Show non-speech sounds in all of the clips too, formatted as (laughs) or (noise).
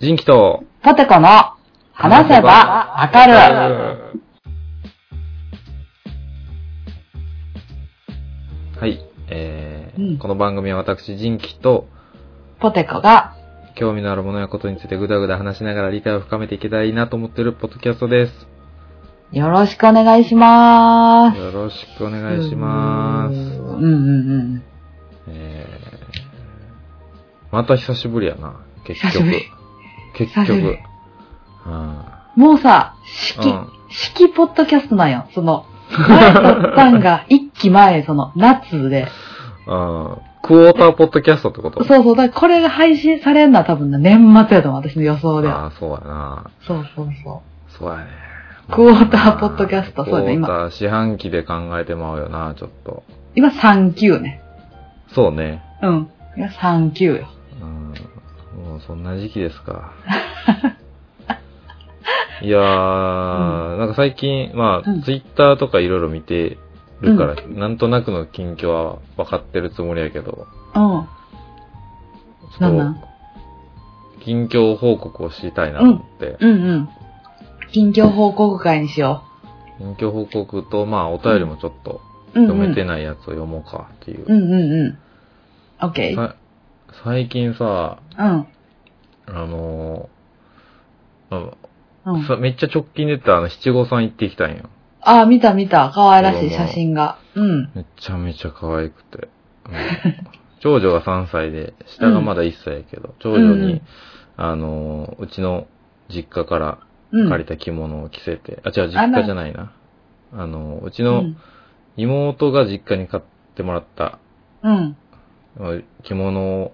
人気と、ポテコの話せばわかる。はい。えーうんこの番組は私、人気と、ポテコが、興味のあるものやことについてぐだぐだ話しながら理解を深めていけたらいいなと思っているポッドキャストです。よろしくお願いしまーす。よろしくお願いしまうす。んうんうん。えー、また久しぶりやな、結久しぶ局り。結久しぶ局り。うんもうさ、式、うん式ポッドキャストなんよ。その、前撮ったんが、一期 (laughs) 前、その、夏で。うんクォーターポッドキャストってことそうそう、だからこれが配信されんのは多分ね、年末やと思う、私の予想では。ああ、そうやな。そうそうそそうやね。クォーターポッドキャストそうやね今クォーター四半期で考えてまうよな、ちょっと。う。今3級ね。そうね。うん。今3級よ。うん。もうそんな時期です (laughs) か。いやー、なんか最近、まあ、うんツイッターとかいろいろ見てるから、なんとなくの近況は分かってるつもりやけど、うん。ちなょんっなとん近況報告をしたいなと思って、うんうん。近況報告会にしよ近況報告と、まあ、お便りもちょっとう。うん、うん。読めてないやつを読もうかっていう。うんうんうん。オッケー。さ最近さ、うん。あのーあうん。さめっちゃ直近で言ったらあの七五三行ってきたんよ。ああ、見た見た。可愛らしいどうも写真が。うん。めちゃめちゃ可愛くて。うん (laughs) 長女が3歳で、下がまだ1歳やけど、長女に、うんあのーうちの実家からうん。借りた着物を着せて、あ、違う、実家じゃないな。あのーうちの妹が実家に買ってもらったうん。着物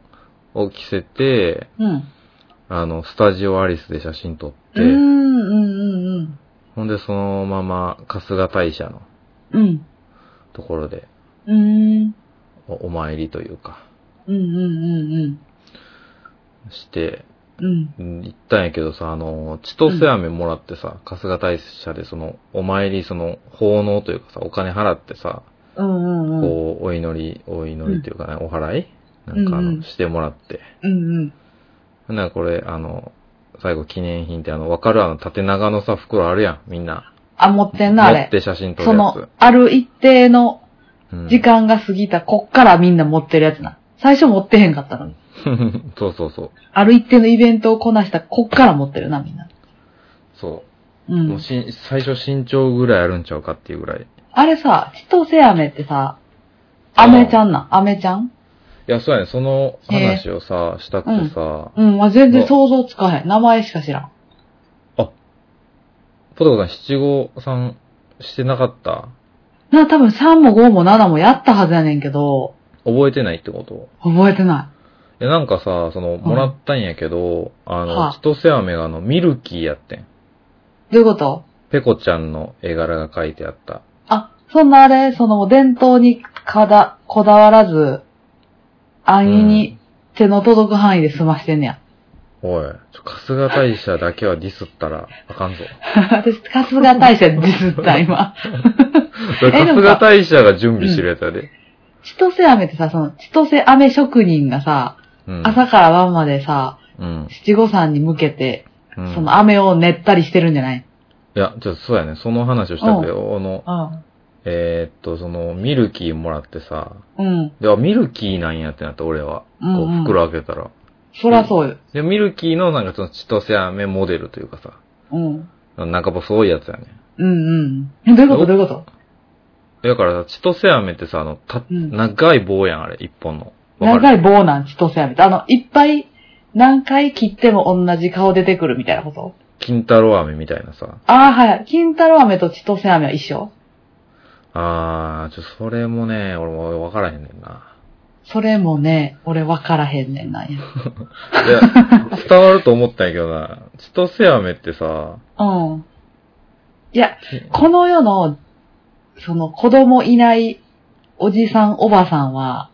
を着せて、うん。あの、スタジオアリスで写真撮って、うん。うんうんうんほんでそのまま春日大社のうん。うん。ところでうん。おお参りというか、うんうんして、うんうん。うん。うん行ったんやけどさ、あの、千歳飴もらってさ、春日大社でその、お参り、その、奉納というかさ、お金払ってさ、うんうんうん。こう、お祈り、お祈りというかね、お祓いなんかあうんうんの、してもらって。うんうん。ほんならこれ、あの、最後記念品ってあの、わかるあの、縦長のさ、袋あるやん、みんな。あ、持ってんな、あ持れっ。て写真撮そるやつの、ある一定の。うん時間が過ぎた、こっからみんな持ってるやつな。最初持ってへんかったのに。 (laughs) そうそうそう。ある一定のイベントをこなした、こっから持ってるな、みんな。。そうう。もうんしん最初身長ぐらいあるんちゃうかっていうぐらい。いあれさ、千歳飴ってさ、飴ちゃんな、飴ちゃんや、そうやね。その話をさ、したくてさ、うん、まあ、全然想像つかへん。名前しか知らん。ポテコさん七五三してなかったな、多分3も5も7もやったはずやねんけど、覚えてないってこと覚えてないや、なんかさ、その、もらったんやけど、あはあの、千歳飴があの、ミルキーやってん。い。どういうことペコちゃんの絵柄が書いてあった。あ、そんなあれ、その、伝統にかだ、こだわらず、安易に手の届く範囲で済ましてんねや。 (laughs) おい、ちょ、春日大社だけはディスったらあかん (laughs) ぞ。私、春日大社ディスった、 (laughs) 今。春日大社が準備してるやつやで。千歳飴ってさ、その、千歳飴職人がさ、うん。朝から晩までさ、うん。七五三に向けて、うんその飴を練ったりしてるんじゃないいや、ちょっとそうやね。その話をしたくて、あの、えーっと、その、ミルキーもらってさ、うん。で、あミルキーなんやってなって、俺は。うんこう、うん袋開けたら。そらそうよ。で、ミルキーのなんかその、千歳飴モデルというかさ、うん。なんかやっぱそういうやつやね。うんうん。どういうことおどういうことだからさ、千歳飴ってさ、あの、た、うん長い棒やん、あれ、一本の。わか長るい棒なん、千歳飴って。あの、いっぱい、何回切っても同じ顔出てくるみたいなこと金太郎飴みたいなさ。ああ、はい。金太郎飴と千歳飴は一緒あー、ちょ、それもね、俺もわからへんねんな。それもね、俺分からへんねんなんいや。(laughs) や、伝わると思ったんやけどな、千歳飴ってさ、うん。いや、この世の、その子供いないおじさん、おばさんは、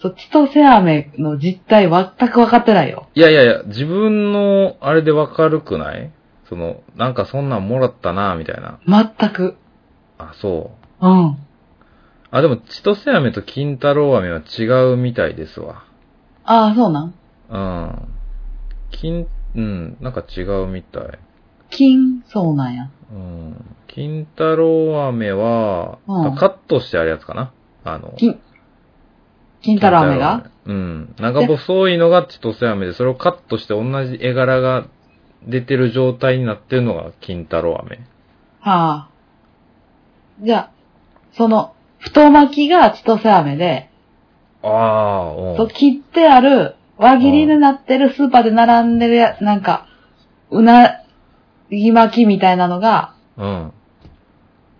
そう、千歳飴の実態全く分かってないよ。いやいやいや、自分の、あれでわかるくないその、なんかそんなんもらったな、みたいな。全く。あ、そう。うん。あ、でも、千歳飴と金太郎飴は違うみたいですわ。ああ、そうなんうん。金うん、なんか違うみたい。金、そうなんや。うん。金太郎飴は、うんカットしてあるやつかなあの、金金太郎飴がうん。長細いのが千歳飴で、それをカットして同じ絵柄が出てる状態になってるのが金太郎飴。はあ。じゃあ、その、太巻きが千歳飴で、ああ、うんそう切ってある、輪切りになってるスーパーで並んでるや、なんか、うなぎ巻きみたいなのが、うん。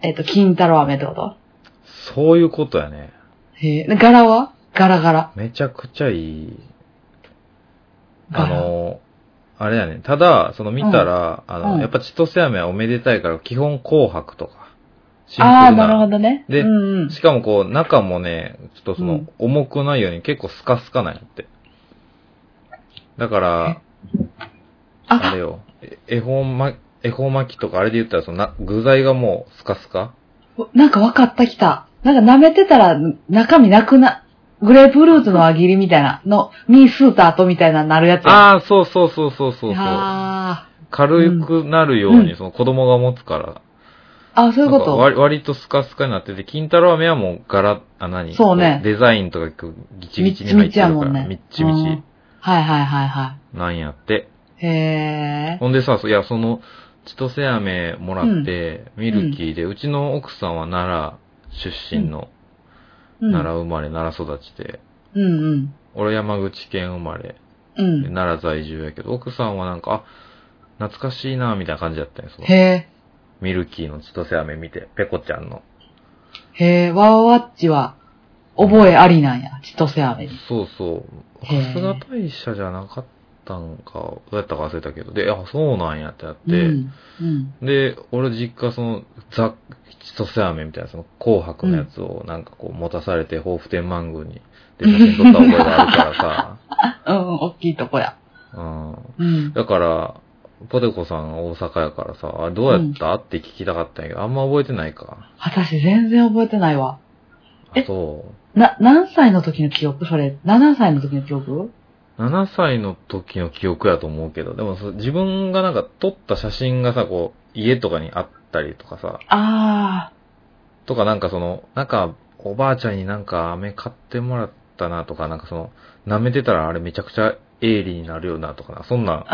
えっ、と、金太郎飴ってことそういうことやね。へえ。で柄は柄柄。めちゃくちゃいい。あ柄。の、あれやね。ただ、その見たら、あの、うんやっぱ千歳飴はおめでたいから、基本紅白とか。シンプルあな。あー、なるほどね。でうんうん。しかもこう、中もね、ちょっとそうのん、重くないように結構スカスカなんやって。だから、ああれ、よ、え恵方巻き、恵方巻きとかあれで言ったら、そのな、具材がもうスカスカなんか分かったきた。なんか舐めてたら中身なくな、グレープフルーツの輪切りみたいなの、ミースーターとみたいなのなるやつや。ああ、そうそうそうそうそうそう。あ軽くなるよううに、その子供が持つから。あ。あそういうなこんかと。割割とスカスカになってて、金太郎飴はもう柄、あ、何そうねこデザインとかこうギチギチに入ってるから、みみっっちちみみちやもんねうんはいはいはいはちなんやって。い。へえ。ほんでさ、そいや、その、千歳飴もらって、ミルキーで、うちの奥さんは奈良出身の、うん。奈良生まれ、奈良育ちで、うんうん。俺山口県生まれ、うでん。奈良在住やけど、奥さんはなんか、あ、懐かしいな、みたいな感じだったんよ、そのへえ。ミルキーの千歳飴見て、ペコちゃんの。へえ。ワワワッチは、覚えありなんや。千歳飴に。そうそう。へー春日大社じゃなかったんか、どうやったか忘れたけど、で、あ、そうなんやってなって、うん。うん。で、俺実家その、ザ・千歳飴みたいな、その紅白のやつをなんかこう持たされて、豊富天満宮に、で、写真撮った覚えがある (laughs) かうんうん。大きいとこや。らさ、うん。うん。だから、ポテコさん大阪やからさ、あれどうやった、って聞きたかったんやけど、あんま覚えてないか。私全然覚えてないわ。あえ、そな、何歳の時の記憶それ、7歳の時の記憶う。7歳の時の記憶やと思うけど、でもそ自分がなんか撮った写真がさ、こう、家とかにあったりとかさ、ああ。とかなんかその、なんか、おばあちゃんになんか飴買ってもらったなとか、なんかその、舐めてたらあれめちゃくちゃ鋭利になるよなとかな、そんな、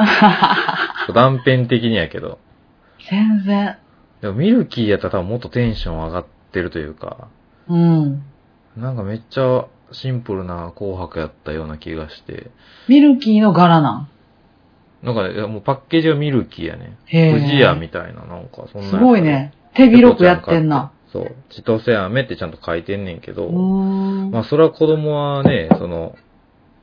断片的にやけど。全然。でもミルキーやったら多分もっとテンション上がってるというか、うん。なんかめっちゃシンプルな紅白やったような気がして、ミルキーの柄なん。なんかねいやもうパッケージはミルキーやね。へえ。不二家みたいな、なんかそんな。すごい。ね。手広くやってんな。。そう。千歳飴ってちゃんと書いてんねんけど、うーん。まあ、それは子供はね、その、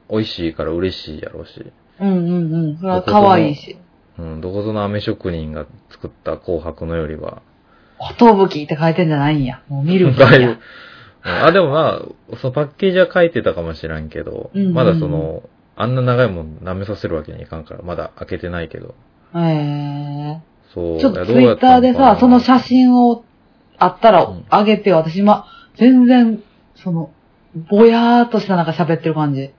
美味しいから嬉しいやろうし、うんうんうん。それは可愛いし。うん、どこぞの飴職人が作った紅白のよりは、ことぶきって書いてんじゃないんや。もうミルキーだや。いぶ、うんあ、でもまあ、そのパッケージは書いてたかもしらんけど、うんうんうんまだその、あんな長いもん舐めさせるわけにいかんから、まだ開けてないけど、へそえ。う、ちょっいとやツどイうやッっタたーでのかさな、その写真をあったらうんあげてよ。私今、全然、その、ぼやーっとしたなんか喋ってる感じ。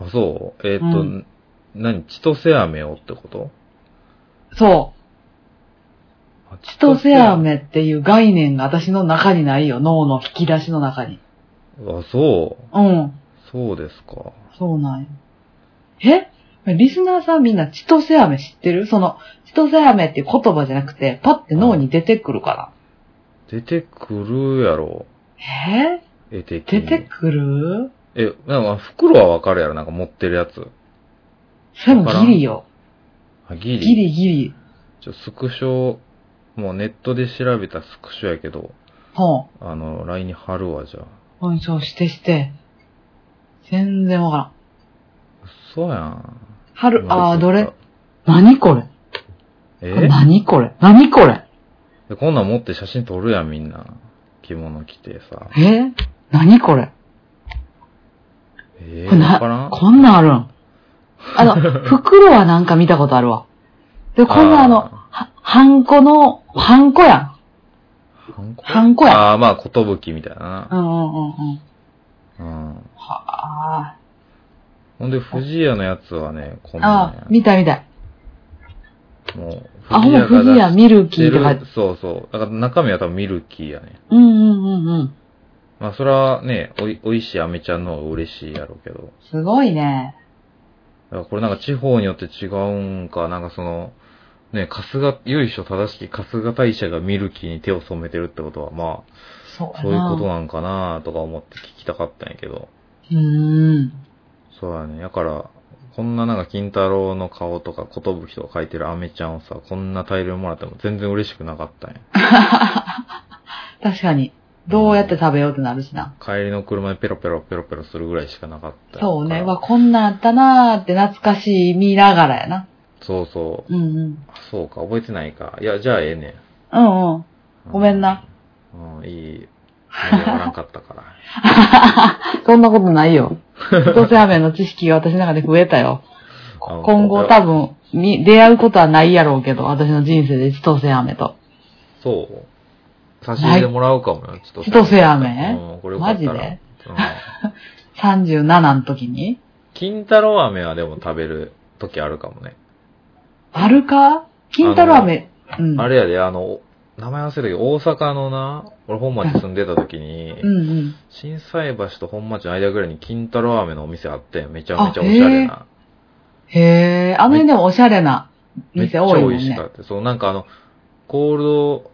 あ、そうえっ、と、うん何、千歳飴をってことそう。あ千歳飴っていう概念が私の中にないよ。脳の引き出しの中に。あ、そう。うん。そうですか。そうなんよ。えリスナーさんみんな千歳飴知ってるその、千歳飴っていう言葉じゃなくて、パって脳に出てくるか出てくるやろ、ら。え絵的出に。てくるえ、なんか袋はわかるやろなんか持ってるやつ。それもギリよ。あ、ギリ。ギリギリ。ちょ、スクショ、もうネットで調べたスクショやけど、ほあの、LINE に貼るわ、じゃあ。ん。うん、そうしてして。全然わからん。そうやん。春、あー、どれ何これえ何これ何これでこんなん持って写真撮るやん、みんな。着物着て (laughs) さ。え何これえこー、れなわからんこんなんあるんあ (laughs) の、袋はなんか見たことあるわ。で、こんなあの、あは、ハンコの、ハンコやん。ーハンコハンコや。あー、まあ、ことぶきみたいなう。んうんうんうん。うん。あほんで、藤屋のやつはね、こんあなー、んや。見た見た。もう、あ、ほんま、がフ出ジヤ、してミルキーで入っる。そうそう。だから中身は多分ミルキーやね。うんうんうんうん。まあそれはね、おい、おいしい飴ちゃんの方が嬉しいやろうけど。すごいね。だからこれなんか地方によって違うんか、なんかその、ね、春日、由緒正しき春日大社がミルキーに手を染めてるってことは、まそうあ、やな。そういうことなんかなとか思って聞きたかったんやけど。うーん。そうやね。だから、こんななんか金太郎の顔とか、寿とか書いてる飴ちゃんをさ、こんな大量もらっても全然嬉しくなかったんや。確かに。どうやって食べようってなるしな。帰りの車でペロペロペロペロするぐらいしかなかったからそうね。わ、こんなんあったなーって懐かしい見ながらやな。そうそう。うんうん。あそうか、覚えてないか。いや、じゃあええねうんうん。ん。ごめんなうん。うん、いい。盛り上がらんかった (laughs) から。そんなことない (laughs) よ。どうせ雨の知識が私の中で増えたよ。あ今後多分、に、出会うことはないやろうけど、私の人生で千歳飴と。そう。差し入れもらうかもよ、ちょっと。千歳飴うん、これよかったら。マジでうん。 37の時に金太郎飴はでも食べる時あるかもね。あるか金太郎飴。うん。あれやで、あの、名前忘れたけど、大阪のな、俺本町住んでた時に、うんうん。震災橋と本町の間ぐらいに金太郎飴のお店あって、めちゃめちゃおしゃれな。へえ、あの辺でもおしゃれなめっち店ゃ多い美もん味しねか。った。そう、なんかあの、ゴールド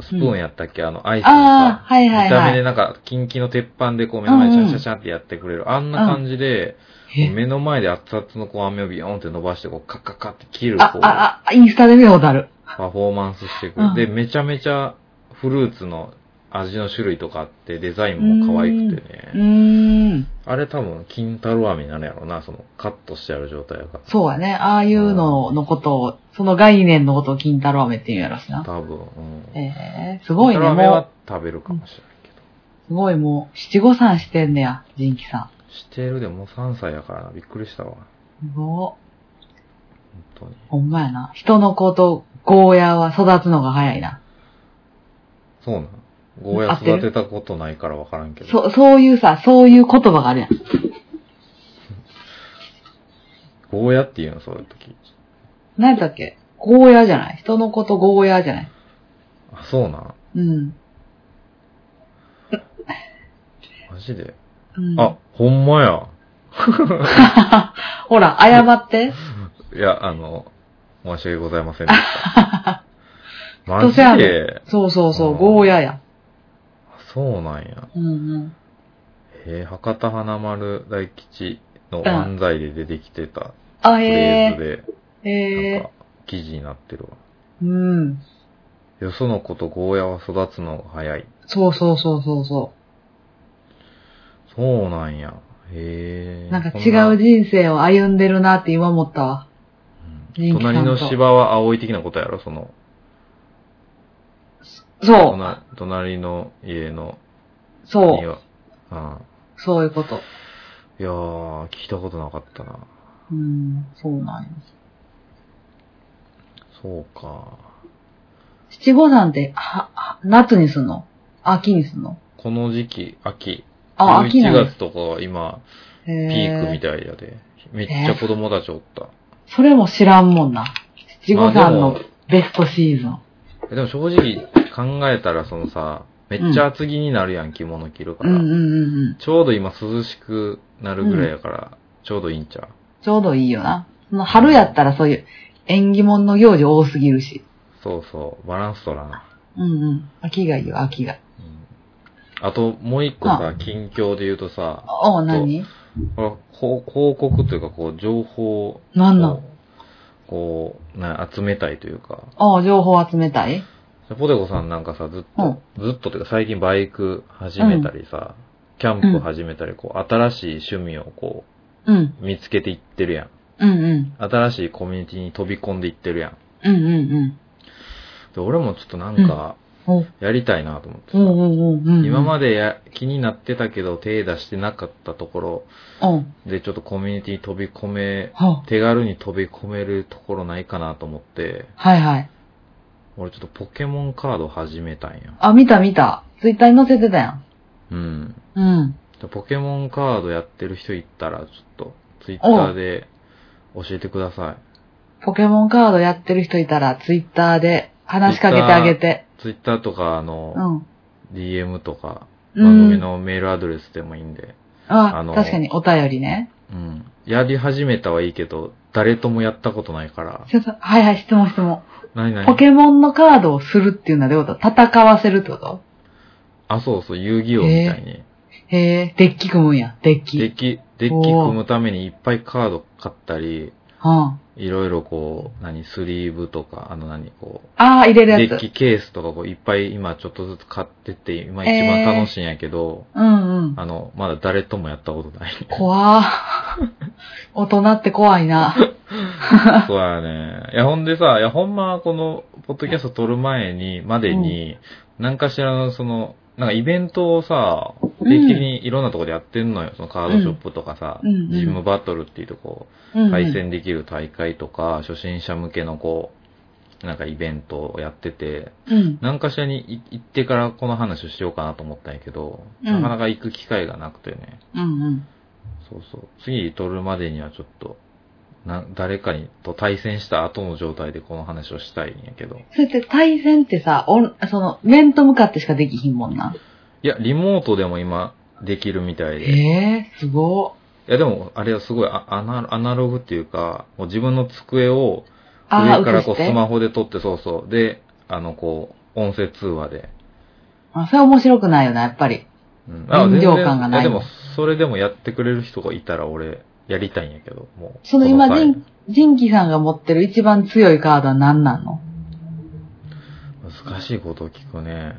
スプーンやったっけ、あの、アイスのああ、さ、はいはい見たは目でい。なんか、キンキの鉄板でこう目の前でシャンシャンシャンってやってくれる。あんな感じで、え目の前で熱々のこう飴をビヨーンって伸ばして、こうカッカッカッって切る、あこう、、パあ、あ、インスタで見たことある。フォーマンスしてくうんる。で、めちゃめちゃフルーツの味の種類とかあって、デザインも可愛くてね。うーん。あれ多分、金太郎飴になるやろうな、その、カットしてある状態やかそうやね。ああいうののことを、その概念のことを金太郎飴って言うんやろしら。な。多分、うん。ええすごい金太ね。郎飴はも食べるかもしれないけど。う、すごいもう、七五三してんねや、人気さしてるでもう3歳やからな、びっくりしたわ。ん。すごい。本当に。ほんまやな。人の子とゴーヤは育つのが早いな。そうなん。ゴーヤ育てたことないからわからんけど。そ、そういうさ、そういう言葉があるやん。ゴーヤっていうの、そういう時。何やったっけゴーヤじゃない人の子とゴーヤじゃないあ、そうなん。うん。マジで。うん、あ、ほんまや。 (laughs) ほら、謝って。いや、あの、申し訳ございませんでした。 (laughs) マ人ジせやねで。そうそうそうう、んゴーヤや。あそうなんや。うんうん。えー、博多華丸大吉の漫才で出てきてたあ、フレーへズえ。で、へなんえか。、記事になってるわ。うん。よその子とゴーヤは育つのが早い。そうそうそうそうそそうなんや。へえ。う。なんかそ違う人生を歩んでるなって今思ったわ。うん隣の芝は青い的なことやろその、そ隣隣の家のう。そう。庭。あそういうこと。いやー、聞いたことなかったな。うん。そうなんよ。そうか。七五三って、は、は夏にすんの秋にすんのこの時期、秋。あ、秋な11んや月とかは今、ピピークみたい。たいやで。めっちゃ子供たちおった。それも知らんもんな。七五まあで三ものベストシーズン。えでも正直考えたらそのさ、めっちゃ厚着になるやん、着物着るかうんら。うんうんうん。ちょうど今涼しくなるぐらいやから、ちょうどいいんちゃうちょうどいいよな。その春やったらそういう縁起物の行事多すぎるし。そうそう、バランス取らな。うんうん。秋がいいよ、秋うが。んあと、もう一個さ、近況で言うとさ、おう、何これこう広告というか、こう、情報を、なんなんこう、な集めたいというか、おう、情報集めたいポテコさんなんかさ、ずっと、ずっとというか、最近バイク始めたりさ、キャンプ始めたり、こう、新しい趣味をこうん。う、見つけていってるやん。うんうん。新しいコミュニティに飛び込んでいってるやん。うんうんうん。で、俺もちょっとなんか、おう、やりたいなと思ってさ、おうおうおううん。今まで。でや気になってたけど、手出してなかったところ、おう、で、ちょっとコミュニティに飛び込め、は手軽に飛び込めるところないかなと思って、はいはい。俺ちょっとポケモンカード始めたんや。あ、見た見た。ツイッターに載せてたやん。うん。うん。ポケモンカードやってる人いったら、ちょっと、ツイッターで教えてください。ポケモンカードやってる人いたら、ツイッターで話しかけてあげて。ツイッターとか、あのう、ん。 DM とか、うん番組のメールアドレスでもいいんで、ああの確かにお便りね。うん。やり始めたはいいけど、誰ともやったことないから、ちょっと、はいはい、質問質問。何々ポケモンのカードをするっていうのはどういうこと戦わせるってことあ、そうそう、遊戯王みたいに。へえ、デッキ組むんや、デッキ。デッキ、デッキ組むためにいっぱいカード買ったり、うん。あいろいろこう、何、スリーブとか、あの何、こう、あー、入れるデやッつ。キケースとかこういっぱい今ちょっとずつ買ってって、今一え番ー楽しいんやけど、うんうん。あの、まだ誰ともやったこと (laughs) ない。怖 (laughs) ー大人って怖いな。そうやね。いや、ほんでさ、いや、ほんま、この、ポッドキャスト撮る前に、までに、何かしらの、その、なんかイベントをさ、うん定期的にいろんなとこでやってんのよ。そのカードショップとかさ、うんうんジムバトルっていうとこ、うんうん対戦できる大会とか、初心者向けのこう、なんかイベントをやってて、うん。何かしらにい行ってからこの話をしようかなと思ったんやけど、うんなかなか行く機会がなくてね。うんうん。そうそう。次撮るまでにはちょっと、な誰かにと対戦した後の状態でこの話をしたいんやけど。そうやって対戦ってさ、オンその、面と向かってしかできひんもんな。いや、リモートでも今、できるみたいえで。いえすごっや、でも、あれはすごいアアナアナログっていうか、もう自分の机をあ上からこう映してスマホで撮って、そうそう。で、あの、こう、音声通話で。あ、それ面白くないよな、やっぱり。うん臨場感がないやでも、それでもやってくれる人がいたら俺、やりたいんやけど、もう。その今、こジ際ン、ジンキさんが持ってる一番強いカードは何なの難しいことを聞くね。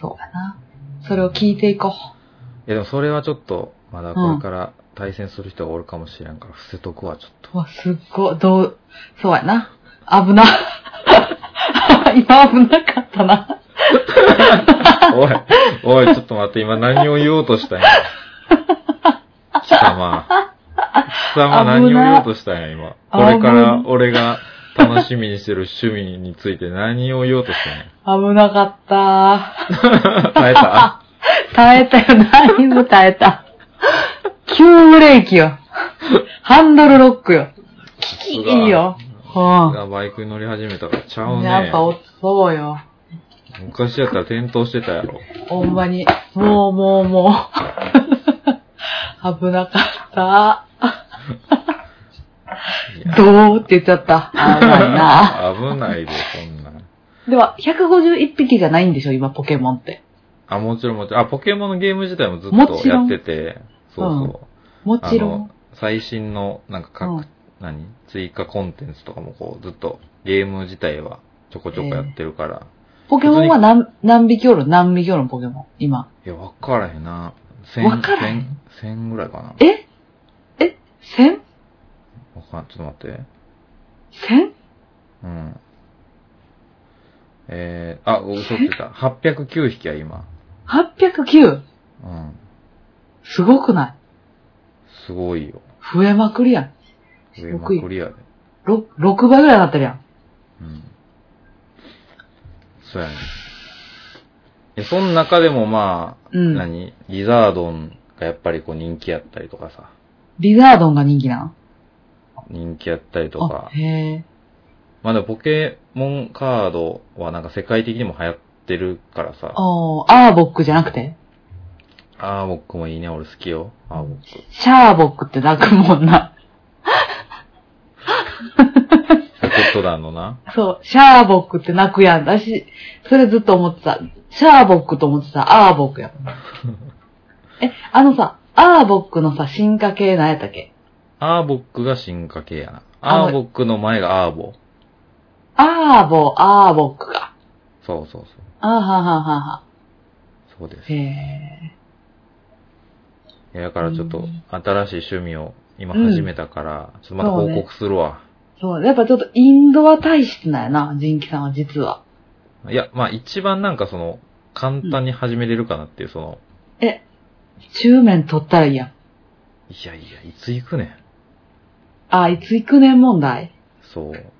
そうかな。それを聞いていこいや、でもそれはちょっと、まだこれから対戦する人がおるかもしれんから、伏せとくわ、ちょっと。う。うわ、すっごい、どう、そうやな。危な。 (laughs) 今危なかったな。おい、おい、(laughs) ちょっと待って、今何を言おうとしたんや。貴様。貴様何を言おうとしたんや、今。これから俺が楽しみにしてる趣味について何を言おうとしたんや。危なかった。 (laughs) 耐えた耐えたよ、だいぶ耐えた。急ブレーキよ。ハンドルロックよ。キいいよ。う。がバイクに乗り始めたからちゃうんね。やっぱお、そうよ。昔やったら転倒してたやろ。ほんまに、もうもうも (laughs) う。危なかった。どうって言っちゃった。危ないな。危ないで、そんなん。では、151匹じゃないんでしょ今、ポケモンって。あ、もちろんもちろん。あ、ポケモンのゲーム自体もずっもちとろやんってて、そうそう。もちろあのん。、最新の、なんか各、うん何追加コンテンツとかもこう、ずっとゲーム自体はちょこちょこやってるから。ポケモンは何、何匹おる何匹おるのポケモン今。いや、わからへんな。千、わからへん千、千ぐらいかな。わええ千かんちょっと待って。千うん。えー、あ、嘘ってた。809匹や、今。 ?809? うん。すごくないすごいよ。増えまくりやん。上まごいクリアで。 6、6倍ぐらいなってるやん。うん。そうやね。え、その中でもまあ、うん何リザードンがやっぱりこう人気やったりとかさ、リザードンが人気な人気やったりとのかあ、、へえ。まあでもポケモンカードはなんか世界的にも流行ってるからさ、おー、アーボックじゃなくてアーボックもいいね、俺好きよ、アーボック。シャーボックって泣くもんな。ポケット団のな。そう、シャーボックって泣くやん。だし、それずっと思ってた。シャーボックと思ってた。アーボックや (laughs) ん。え、あのさ、アーボックのさ、進化系何やったっけアーボックが進化系やな。あのアーボックの前がアーボ。アーボ、アーボックか。そうそうそう。あーはーはーはーはそうです。ー。へいやだからちょっうとん新しい趣味を今始めたから、ちょっとまた報告するわ。ー。そう、やっぱちょっとインドア体質なんやな、ジンキさんは実は。いや、まあ一番なんかその、簡単に始めれるかなっていう、その、中面取ったらいいやん。いやいや、いつ行くねん。あー、いつ行くねん問題そう。そいう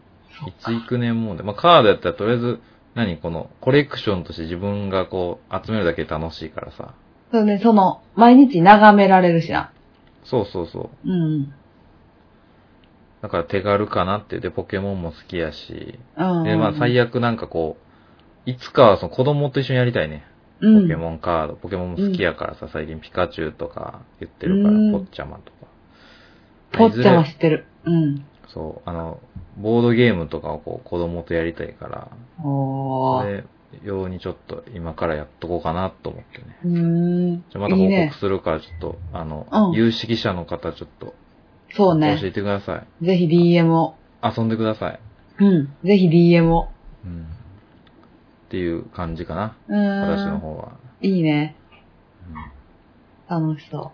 つか行くねんもんで。まあカードやったらとりあえず、何この、コレクションとして自分がこう、集めるだけで楽しいからさ。そうね、その、毎日眺められるしな。そうそうそうんうん。だから手軽かなって、で、ポケモンも好きやし、うん。で、まあ最悪、悪なんかこう、いつかはその子供と一緒にやりたいね。ポポケン。モンカード、ポケモンも好きやからさ、最近ピカチュウとか言ってるかうんら、ポッチャマとか。ポッチャまあはいず知ってる。うん。れそう、あの、ボードゲームとかをこう子供とやりたいから、そおー。れ用にちょっと今からやっとこうかなと思ってね。うーんじゃあま。たいい報ね告。するから、ちょっと、あの、うん有識者の方ちょっとそう教えね。てください。ぜひ DM を。遊んでください。うん。ぜひ DM を。うん。っていう感じかな。うー私のん。方は。いいね。うん。楽しそ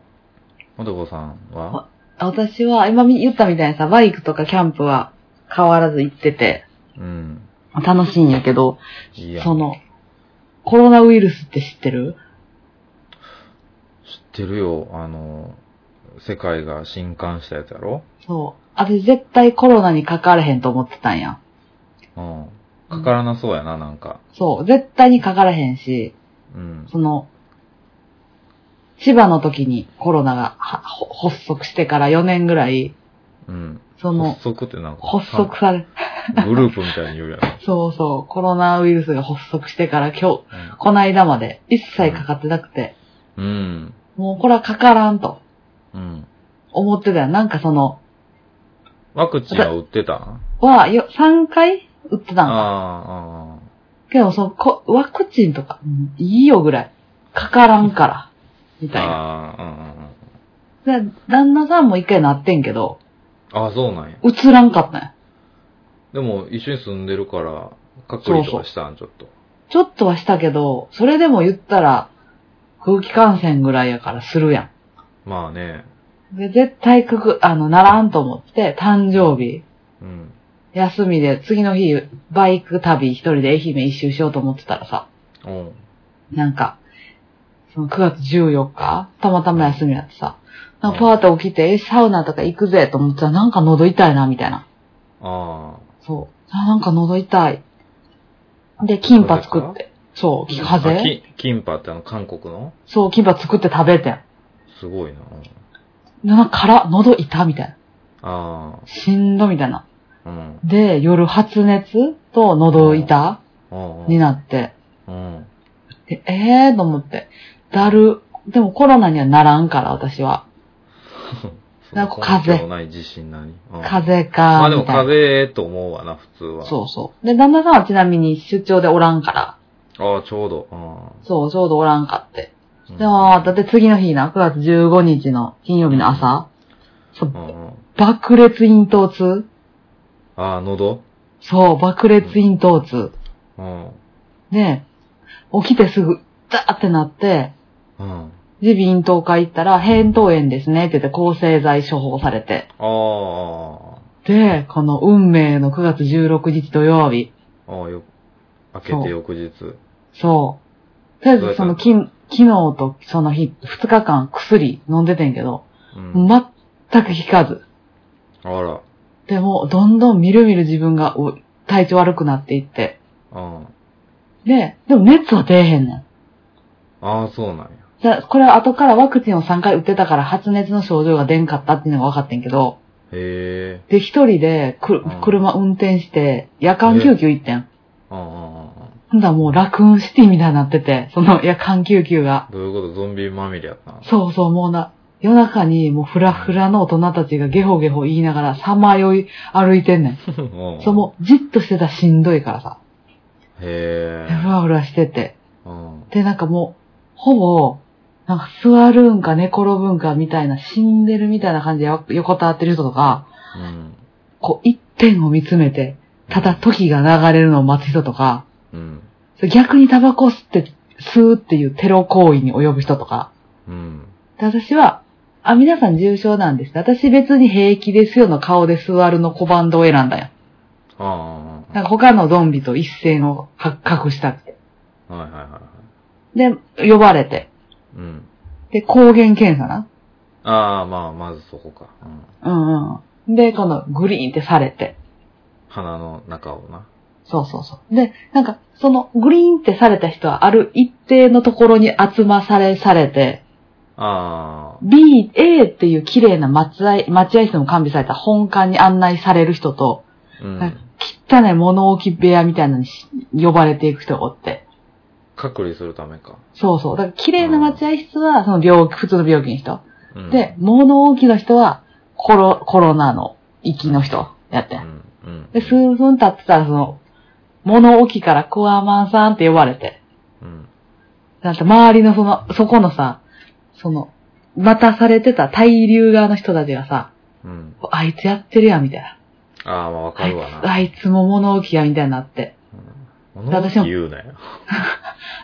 う。もとこさんは私は、今み言ったみたいにさ、バイクとかキャンプは変わらず行ってて、うん。楽しいんやけど、いいやん。その、コロナウイルスって知ってる知ってるよ。あの、世界が震撼したやつやろそう。私絶対コロナにかからへんと思ってたんや。うん。かからなそうやな、なんか。そう。絶対にかからへんし、うん。その、千葉の時にコロナがはほ発足してから4年ぐらい、うん。その発、足ってなんか、発足され、さ (laughs) グループみたいに言うやそうそう、コロナウイルスが発足してから今日、ろ。こないだまで一切かかってなくて、うん。もうこれはかからんとうん。思ってたよ。なんかその、ワクチンは売ってたあは、よ、3回打ってたんか。あけど、その、こワクチンとか、うんいいよぐらい。かからんから。みー、あーたいな。あー、うんうんうん。で、旦那さんも一回なってんけど、ああ、そうなんや。うつらんかったんや。でも、一緒に住んでるから、隔離とかしたん、ちょっと。ちょっとはしたけど、それでも言ったら、空気感染ぐらいやからするやまあね。ん。で、絶対かく、あの、ならんと思って、誕生日、うん。休みで、次の日、バイク旅一人で愛媛一周しようと思ってたらさ、おうなんか、その9月14日、たまたま休みやってさ、なんかパーッと起きて、え、サウナとか行くぜと思ってたら、なんか喉痛いな、みたいな。あそう。あ、なんか喉痛い。で、キンパ作そっうでて。そう、あ。風あ邪きキンパってあの、韓国のそう、キンパ作って食べてん。すごいな。うんなんか辛っ、喉痛みたいあな。しんどみたいな。あ。うん。で、夜発熱と喉痛うんうんになって、うん。でえーと思って、だる、でもコロナにはならんから、私は。なんか風その根拠のない自信なに。うん風邪か。まあでもみたいな風邪と思うわな、普通は。そうそう。で、旦那さんはちなみに出張でおらんから。ああ、ちょうど。うそう、ちょうどおらんかって。んでも、だって次の日な、9月15日の金曜日の朝、そううんうん爆裂咽頭痛ああ、喉そう、爆裂咽頭痛。うん。で、起きてすぐ、ザーってなって、うん。耳鼻咽頭科行ったら、扁桃炎ですねって言って抗生剤処方されて。ああ、で、この運命の9月16日土曜日、ああ、よ、開けて翌日。そう。とりあえず、どそうやの、ったきん昨日とその日、2日間薬飲んでてんけど、うん。全く効かず。あら、でも、どんどんみるみる自分がお体調悪くなっていって。うん。で、でも熱は出えへんねん。ああ、そうなんや。じゃあこれは後からワクチンを3回打ってたから発熱の症状が出んかったっていうのが分かってんけど、へえ。で、一人でくるうん車運転して、夜間救急行ってん。うんうんうんうん。ほんだらもうラクーンシティみたいになってて、その夜間救急が。どういうことゾンビまみれやったな。そうそう、もうな、夜中にもうフラフラの大人たちがゲホゲホ言いながらさまよい歩いてんねん。うんそう、もうじっとしてたらしんどいからさ。へふえ。らふらしてて。うん。で、なんかもう、ほぼ、なんか座るんか寝転ぶんかみたいな、死んでるみたいな感じでよ横たわってる人とか、うん。こう一点を見つめて、ただ時が流れるのを待つ人とか、うん。それ逆にタバコ吸って、吸うっていうテロ行為に及ぶ人とか。うん。で私は、あ、皆さん重症なんですね。私別に平気ですよの顔で座るの小バンドを選んだよ。ああなんか他のゾンビと一線をか隠したくて。ああ。はいはいはいはで、呼ばれて。い。うん。で、抗原検査な。ああ、まあ、まずそこか。うん。うんうん。で、このグリーンってされて。鼻の中をな。そうそうそう。で、なんか、そのグリーンってされた人はある一定のところに集まされされて、あ B、A っていう綺麗な待合、待合室も完備された本館に案内される人と、あ、うなんかん。汚い物置部屋みたいなのにし呼ばれていく人がおって。隔離するためか。そうそう。だから綺麗な待合室は、その病気、普通の病気の人。うん、で、物置の人は、コロ、コロナの域の人やって。うんん、うん。で、数分経ってたら、その、物置からコアマンさんって呼ばれて。うん。だって周りのその、そこのさ、その、待たされてた対流側の人たちがさ、うん。あいつやってるやん、みたいな。ああ、まあわかあいるわつ、な。あいつも物置や、みたいになって。物置言うなよ。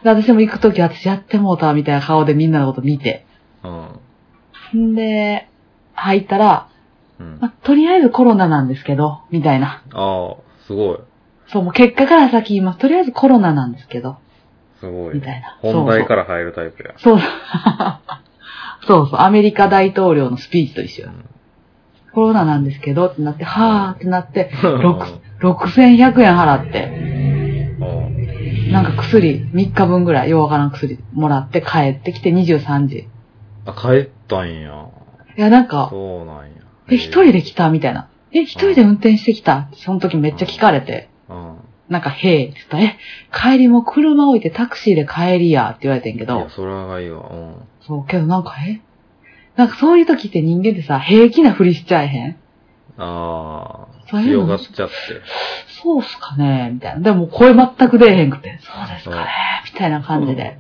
で、私も行くとき私やってもうた、みたいな顔でみんなのこと見て。うん。んで、入ったら、うん。まあ、とりあえずコロナなんですけど、みたいな。ああ、すごい。そう、もう結果から先言います。とりあえずコロナなんですけど、すごいみ。たいな。本題から入るタイプや。そうそう。そうそう、アメリカ大統領のスピーチと一緒。コロナなんですけど、ってなって、はーってなって、六6100円払って、うんなんか薬、3日分ぐらい、ようわからん薬もらって帰ってきて23時。あ、帰ったんや。いや、なんか、そうなんや。え、一人で来たみたいな。え、一人で運転してきたその時めっちゃ聞かれて、うん。なんか、へえって言ったら、え、帰りも車置いてタクシーで帰りや、って言われてんけいや、ど、それがいいわ。うん。そう、けどなんか、えなんかそういう時って人間ってさ、平気なふりしちゃえへんあそあ、ういう広のがっちゃって。そうっすかねみたいな。でも声全く出えへんくて、そうですかねみたいな感じで。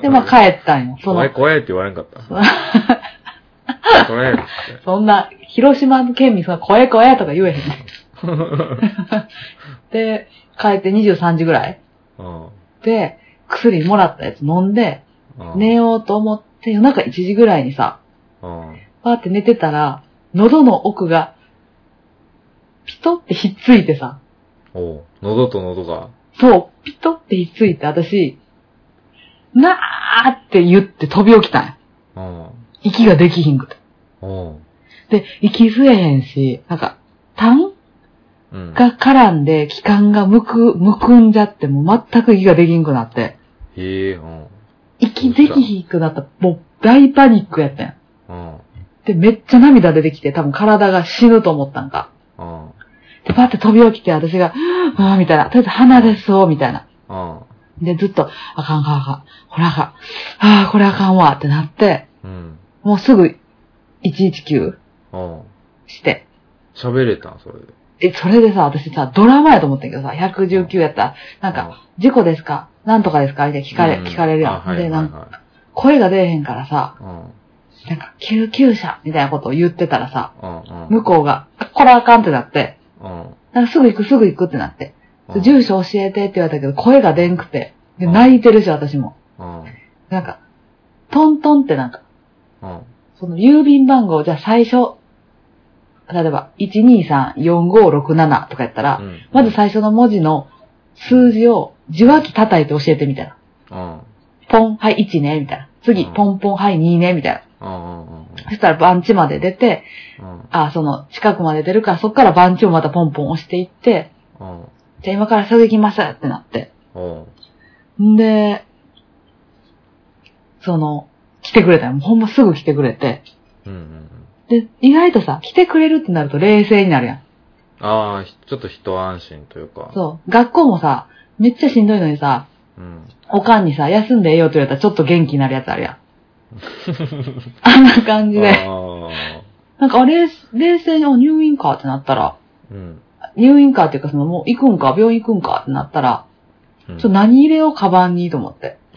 で、まあ帰ったんよ。そ怖いの、怖いって言われんかった。それって。そんな、広島の県民そんな声声とか言えへんね。で、帰って23時ぐらい。うん。で、薬もらったやつ飲んで、うん寝。ようと思って、夜中1時ぐらいにさ、うん。パーって寝てたら、喉の奥が、ピトってひっついてさ、おう喉と喉が。そう、ピトってひっついて、私、なーって言って飛び起きたんや。うん。息ができひんくて。おうで、息吸えへんし、なんか、痰うん。が絡んで、気管がむく、むくんじゃって、もう全く息ができんくなって、へえ、うん。息できひんくなった、もう大パニックやったんや。うん。で、めっちゃ涙出てきて、多分体が死ぬと思ったんか。うん。で、パって飛び起きて、私が、ああ、みたいな。とりあえず鼻ですお、みたいな。うん。で、ずっと、あかんあかんあかん。これあかん。ああ、これあかんわ、ってなって、うん。もうすぐ、119うん。して。喋れたんそれで。え、それでさ、私さ、ドラマやと思ったんやけどさ、119やったら、なんか、か、事故ですかなんとかですかみたいな聞かれ、うん聞かれるやん。あはいで、はないんか、は声が出えへんからさ、い。うん。なんか、救急車みたいなことを言ってたらさ、うん。うん。向こうが、あこれあかんってなって、うん。なんかすぐ行くすぐ行くってなって、うん。住所教えてって言われたけど、声が出んくて、で、うん泣いてるし、私も。うん。なんか、トントンってなんか、うん。その郵便番号、じゃあ最初、例えば、1234567とかやったら、うんまず、最初の文字の数字を受話器叩いて教えてみたいな。うん。ポン、はい、1ね、みたいな。次、うんポンポン、はい、2ね、みたいな。うん。うん。そしたら番地まで出て、うん。あ、その、近くまで出るから、そっから番地をまたポンポン押していって、うん。うん。じゃあ今からすぐ行きますってなって。おうんで、その、来てくれたよ。もうほんますぐ来てくれて。うんうんうん。で、意外とさ、来てくれるってなると冷静になるやん。ああ、ひちょっと一安心というか。そう。学校もさ、めっちゃしんどいのにさ、う。 (laughs) うん。おかんにさ、休んでええよって言われたらちょっと元気になるやつあるやん。あんな感じで。ああ。なんか、あれ、冷静に、あ、入院かってなったら、うん。入院かっていうか、その、もう行くんか、病院行くんかってなったら、うんちょっと何入れよう、カバンにと思って。あ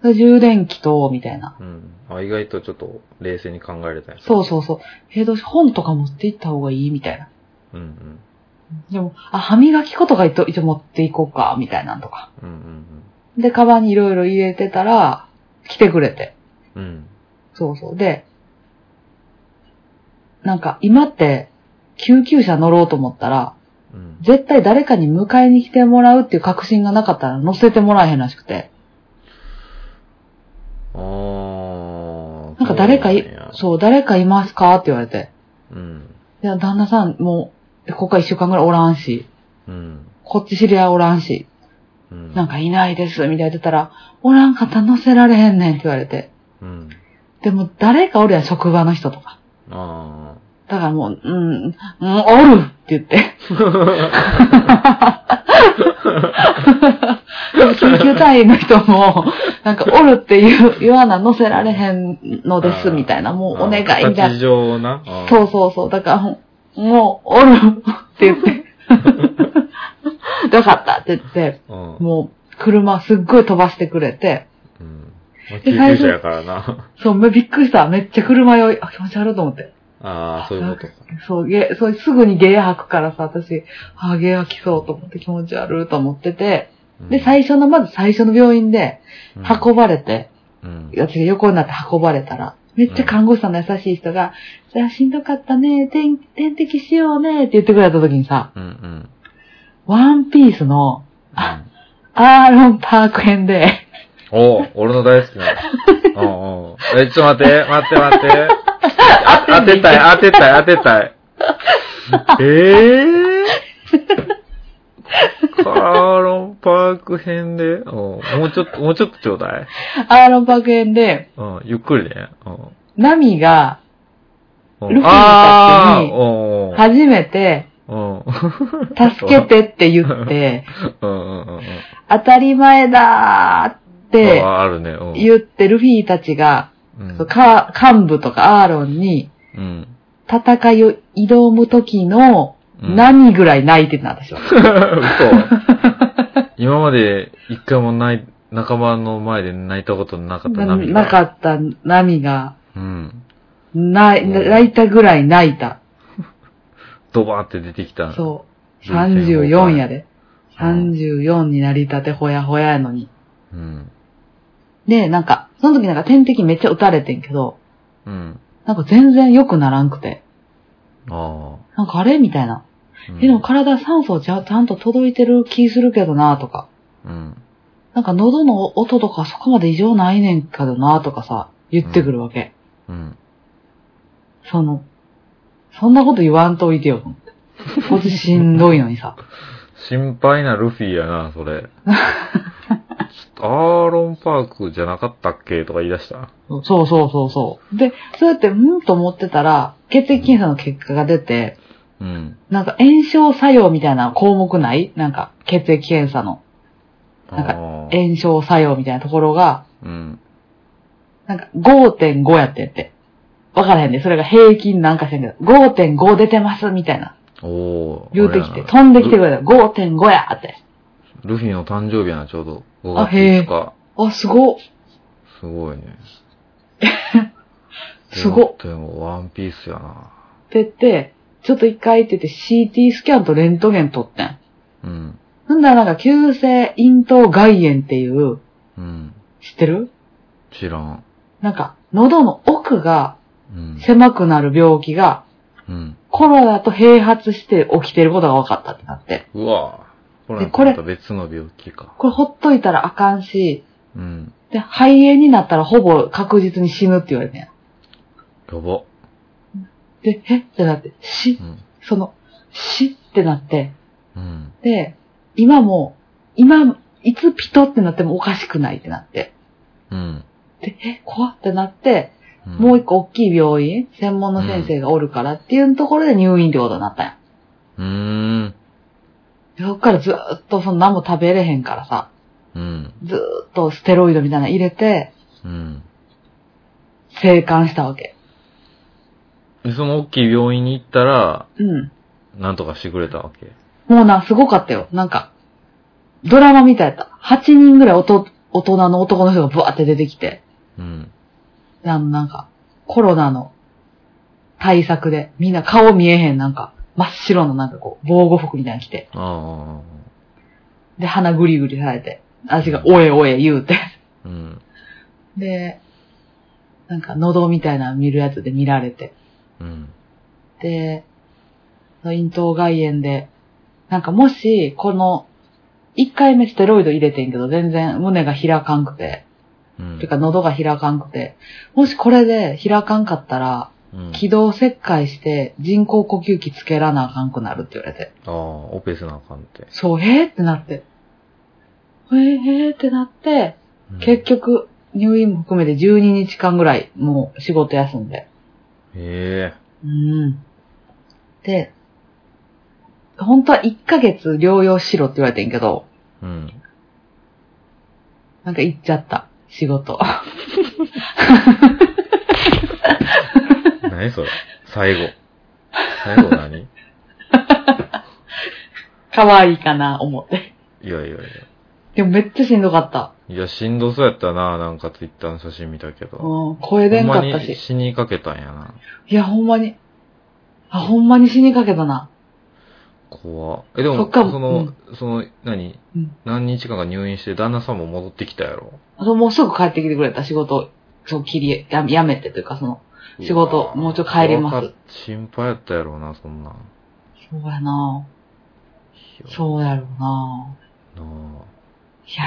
それ充電器と、みたいな。あ。うん。あ、意外とちょっと冷静に考えれたやつ。そうそうそう。え、どうし、本とか持って行った方がいいみたいな。うんでも、あ、歯磨き粉とか一応一応持っていこうか、みたいなんとか。うん。うんで、カバンにいろいろ入れてたら、来てくれて。うんうん。うん。そうそう。で、なんか、今って、救急車乗ろうと思ったら、うん。絶対誰かに迎えに来てもらうっていう確信がなかったら乗せてもらえへんらしくて。ああ。なんか誰かいそうなんや、そう、誰かいますかって言われて。うん。いや、旦那さん、もう、ここから一週間ぐらいおらんし、うん。こっち知り合いおらんし、うん。なんかいないです、みたいな言ってたら、おらんかったら乗せられへんねんって言われて。うん。でも誰かおるやん、職場の人とか。あだからもう、うん、うん、おるって言って。救急隊員の人も、なんか、おるっていう言わな、乗せられへんのです、みたいな、あ。もうお願いだ。みたい形な。状な。あーそうそうそう。だから、もうもう、おるって言って。よかったって言って、うん。もう、車すっごい飛ばしてくれて、うん。まあ救急車やからな。そう、めびっくりした。めっちゃ車酔い、あ、気持ち悪いと思って。ああ、そういうことか。そう、ゲ、そう、すぐにゲー吐くからさ、私、あー、ゲー吐きそうと思って気持ち悪いと思ってて、で、最初の、まず最初の病院で、箱運ばれて、うん。私が横になって運ばれたら、めっちゃ看護師さんの優しい人が、じゃあしんどかったね、点点滴しようね、って言ってくれた時にさ、うんうん。ワンピースのアーロンパーク編で、 (laughs) おう俺の大好きなの。おうおうえ、ちょっと待って、待って待って。あ当てたい、当てたい、当てたい。えぇ、ー、カーロンパーク編で、おうもうちょっと、もうちょっとちょうだい。アーロンパーク編で、うん、ゆっくりね。うんナミがうんルフィのあ勝手ーにおう初めて、おう助けてって言って、うんうんうんうん。当たり前だーってああるね。うん言ってルフィたちが、うんそうか幹部とかアーロンにうん。戦いを挑む時のうん何ぐらい泣いてたんでしょ嘘今まで一回もない、仲間の前で泣いたことなかったな涙。なかった波が、うん。なうい、ん泣いたぐらい泣いた。ドバーって出てきた。そう。人生崩壊34やで。うん34になりたてほやほややのに。う。うん。で、なんか、その時なんか点滴めっちゃ打たれてんけど、うん。なんか全然良くならんくて。あなんかあれみたいな。あ。うんえ、でも体酸素ちゃちゃんと届いてる気するけどなとか。うん。なんか喉の音とかそこまで異常ないねんかどなとかさ、言ってくるわけ。うん。その、そんなこと言わんといてよ。と思ってこっちしんどいのにさ。心配なルフィやな、それ。 (laughs) ちょっとアーロンパークじゃなかったっけとか言い出した。そうそうそうそう。で、そうやって、うんと思ってたら、血液検査の結果が出て、うん。なんか炎症作用みたいな項目ないなんか血液検査のなんかあー炎症作用みたいなところが、うん。なんか5.5やってんって。わからへんで、それが平均なんかしてんけど、5.5出てますみたいな。おー。言うてきあれて、やな飛んできてくれた。5.5やって。ルフィの誕生日やな、ちょうど。5あ月へー5日。あ、すごっ。すごいね。すごっ。でも、ワンピースやな。って言って、ちょっと一回って言って CT スキャンとレントゲン撮ってん。うん。なんだなんか急性咽頭外炎っていう、うん。知ってる知らん。なんか、喉の奥がうん。狭くなる病気が、うん。コロナと併発して起きてることが分かったってなって。うわぁ。これ、でこれまた別の病気か。これほっといたらあかんし、うん。で、肺炎になったらほぼ確実に死ぬって言われてん。やば。で、えってなって、死うん。その、死ってなって。うん。で、今も、今、いつピトってなってもおかしくないってなって。うん。で、え、怖ってなって、んもう一個大きい病院、専門の先生がおるからっていうところで入院ってことになったんや。うーん。でそっからずーっとその何も食べれへんからさ、うん。ずーっとステロイドみたいなの入れて、うん。生還したわけ。でその大きい病院に行ったら、うん。なんとかしてくれたわけ。もうな、すごかったよ。なんか、ドラマみたいだった。8人ぐらいおと大人の男の人がブワーって出てきて、うん。あのなんか、コロナの対策で、みんな顔見えへん、なんか、真っ白のなんかこう、防護服みたいなの着て、あで、鼻グリグリされて、私がおえおえ言うて、あ。うん。で、なんか喉みたいなの見るやつで見られて、うん。で、その咽頭外炎で、なんかもし、この、一回目ステロイド入れてんけど、全然胸が開かんくて、うん。てか喉が開かんくて、もしこれで開かんかったら、うん、気道切開して人工呼吸器つけらなあかんくなるって言われて、ああ、オペせなあかんって。そう、へえってなって、へえへえってなって、うん結局、入院も含めて12日間ぐらい、もう仕事休んで。えうん。で、本当は1ヶ月療養しろって言われてんけど、えうん。なんか行っちゃった。仕事。何それ最後。最後何い可愛いかな、思って。やいやいや。でもめっちゃしんどかった。いや、しんどそうやったな、なんかツイッターの写真見たけど。うん、声ほ出んんかまったにし。死にかけたんやな。いや、ほんまに。あ、ほんまに死にかけたな。怖っえ、でも、そっそかの、その、何うん何日間か入院して、旦那さんも戻ってきたやろ。あともうすぐ帰ってきてくれた仕事、そう、切り、ややめてというか、その、仕事うわーもうちょっと帰ります怖かっ心配やったやろうな、そんなん。そうやなう。そうやろうななあ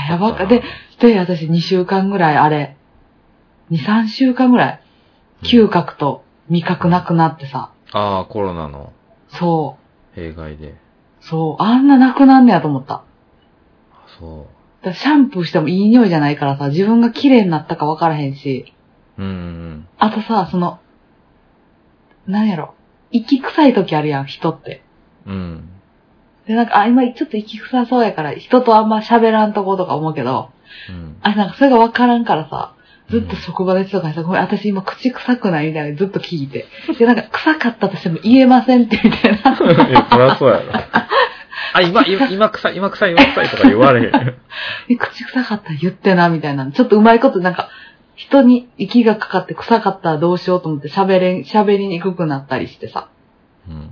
いや、やばか。で、、で、私2週間ぐらい、あれ、2、3週間ぐらい、嗅休暇。覚と味覚なくなってさ、ああ、コロナのそ弊害で。う、そう、あんななくなんねやと思った。あそだからシャンプーしてもいい匂いじゃないからさ、自分が綺麗になったかわからへんし、う。うんうんあとさ、その、なんやろ、息臭い時あるやん、人って。うん。うん。で、なんか、あ、今ちょっと息臭そうやから、人とあんま喋らんとことか思うけど、 (laughs) うん。あ、なんかそれがわからんからさ、ずっと職場で人とかにさ、ごめん、私今口臭くないみたいなずっと聞いて。で、なんか臭かったとしても言えませんってみたいな。いや、そりゃそうやろ。あ、今、今今臭い、今臭い、今臭いとか言われへん。え口臭かったら言ってな、みたいな。ちょっとうまいことなんか、人に息がかかって臭かったらどうしようと思って喋れん、喋りにくくなったりしてさ。うん。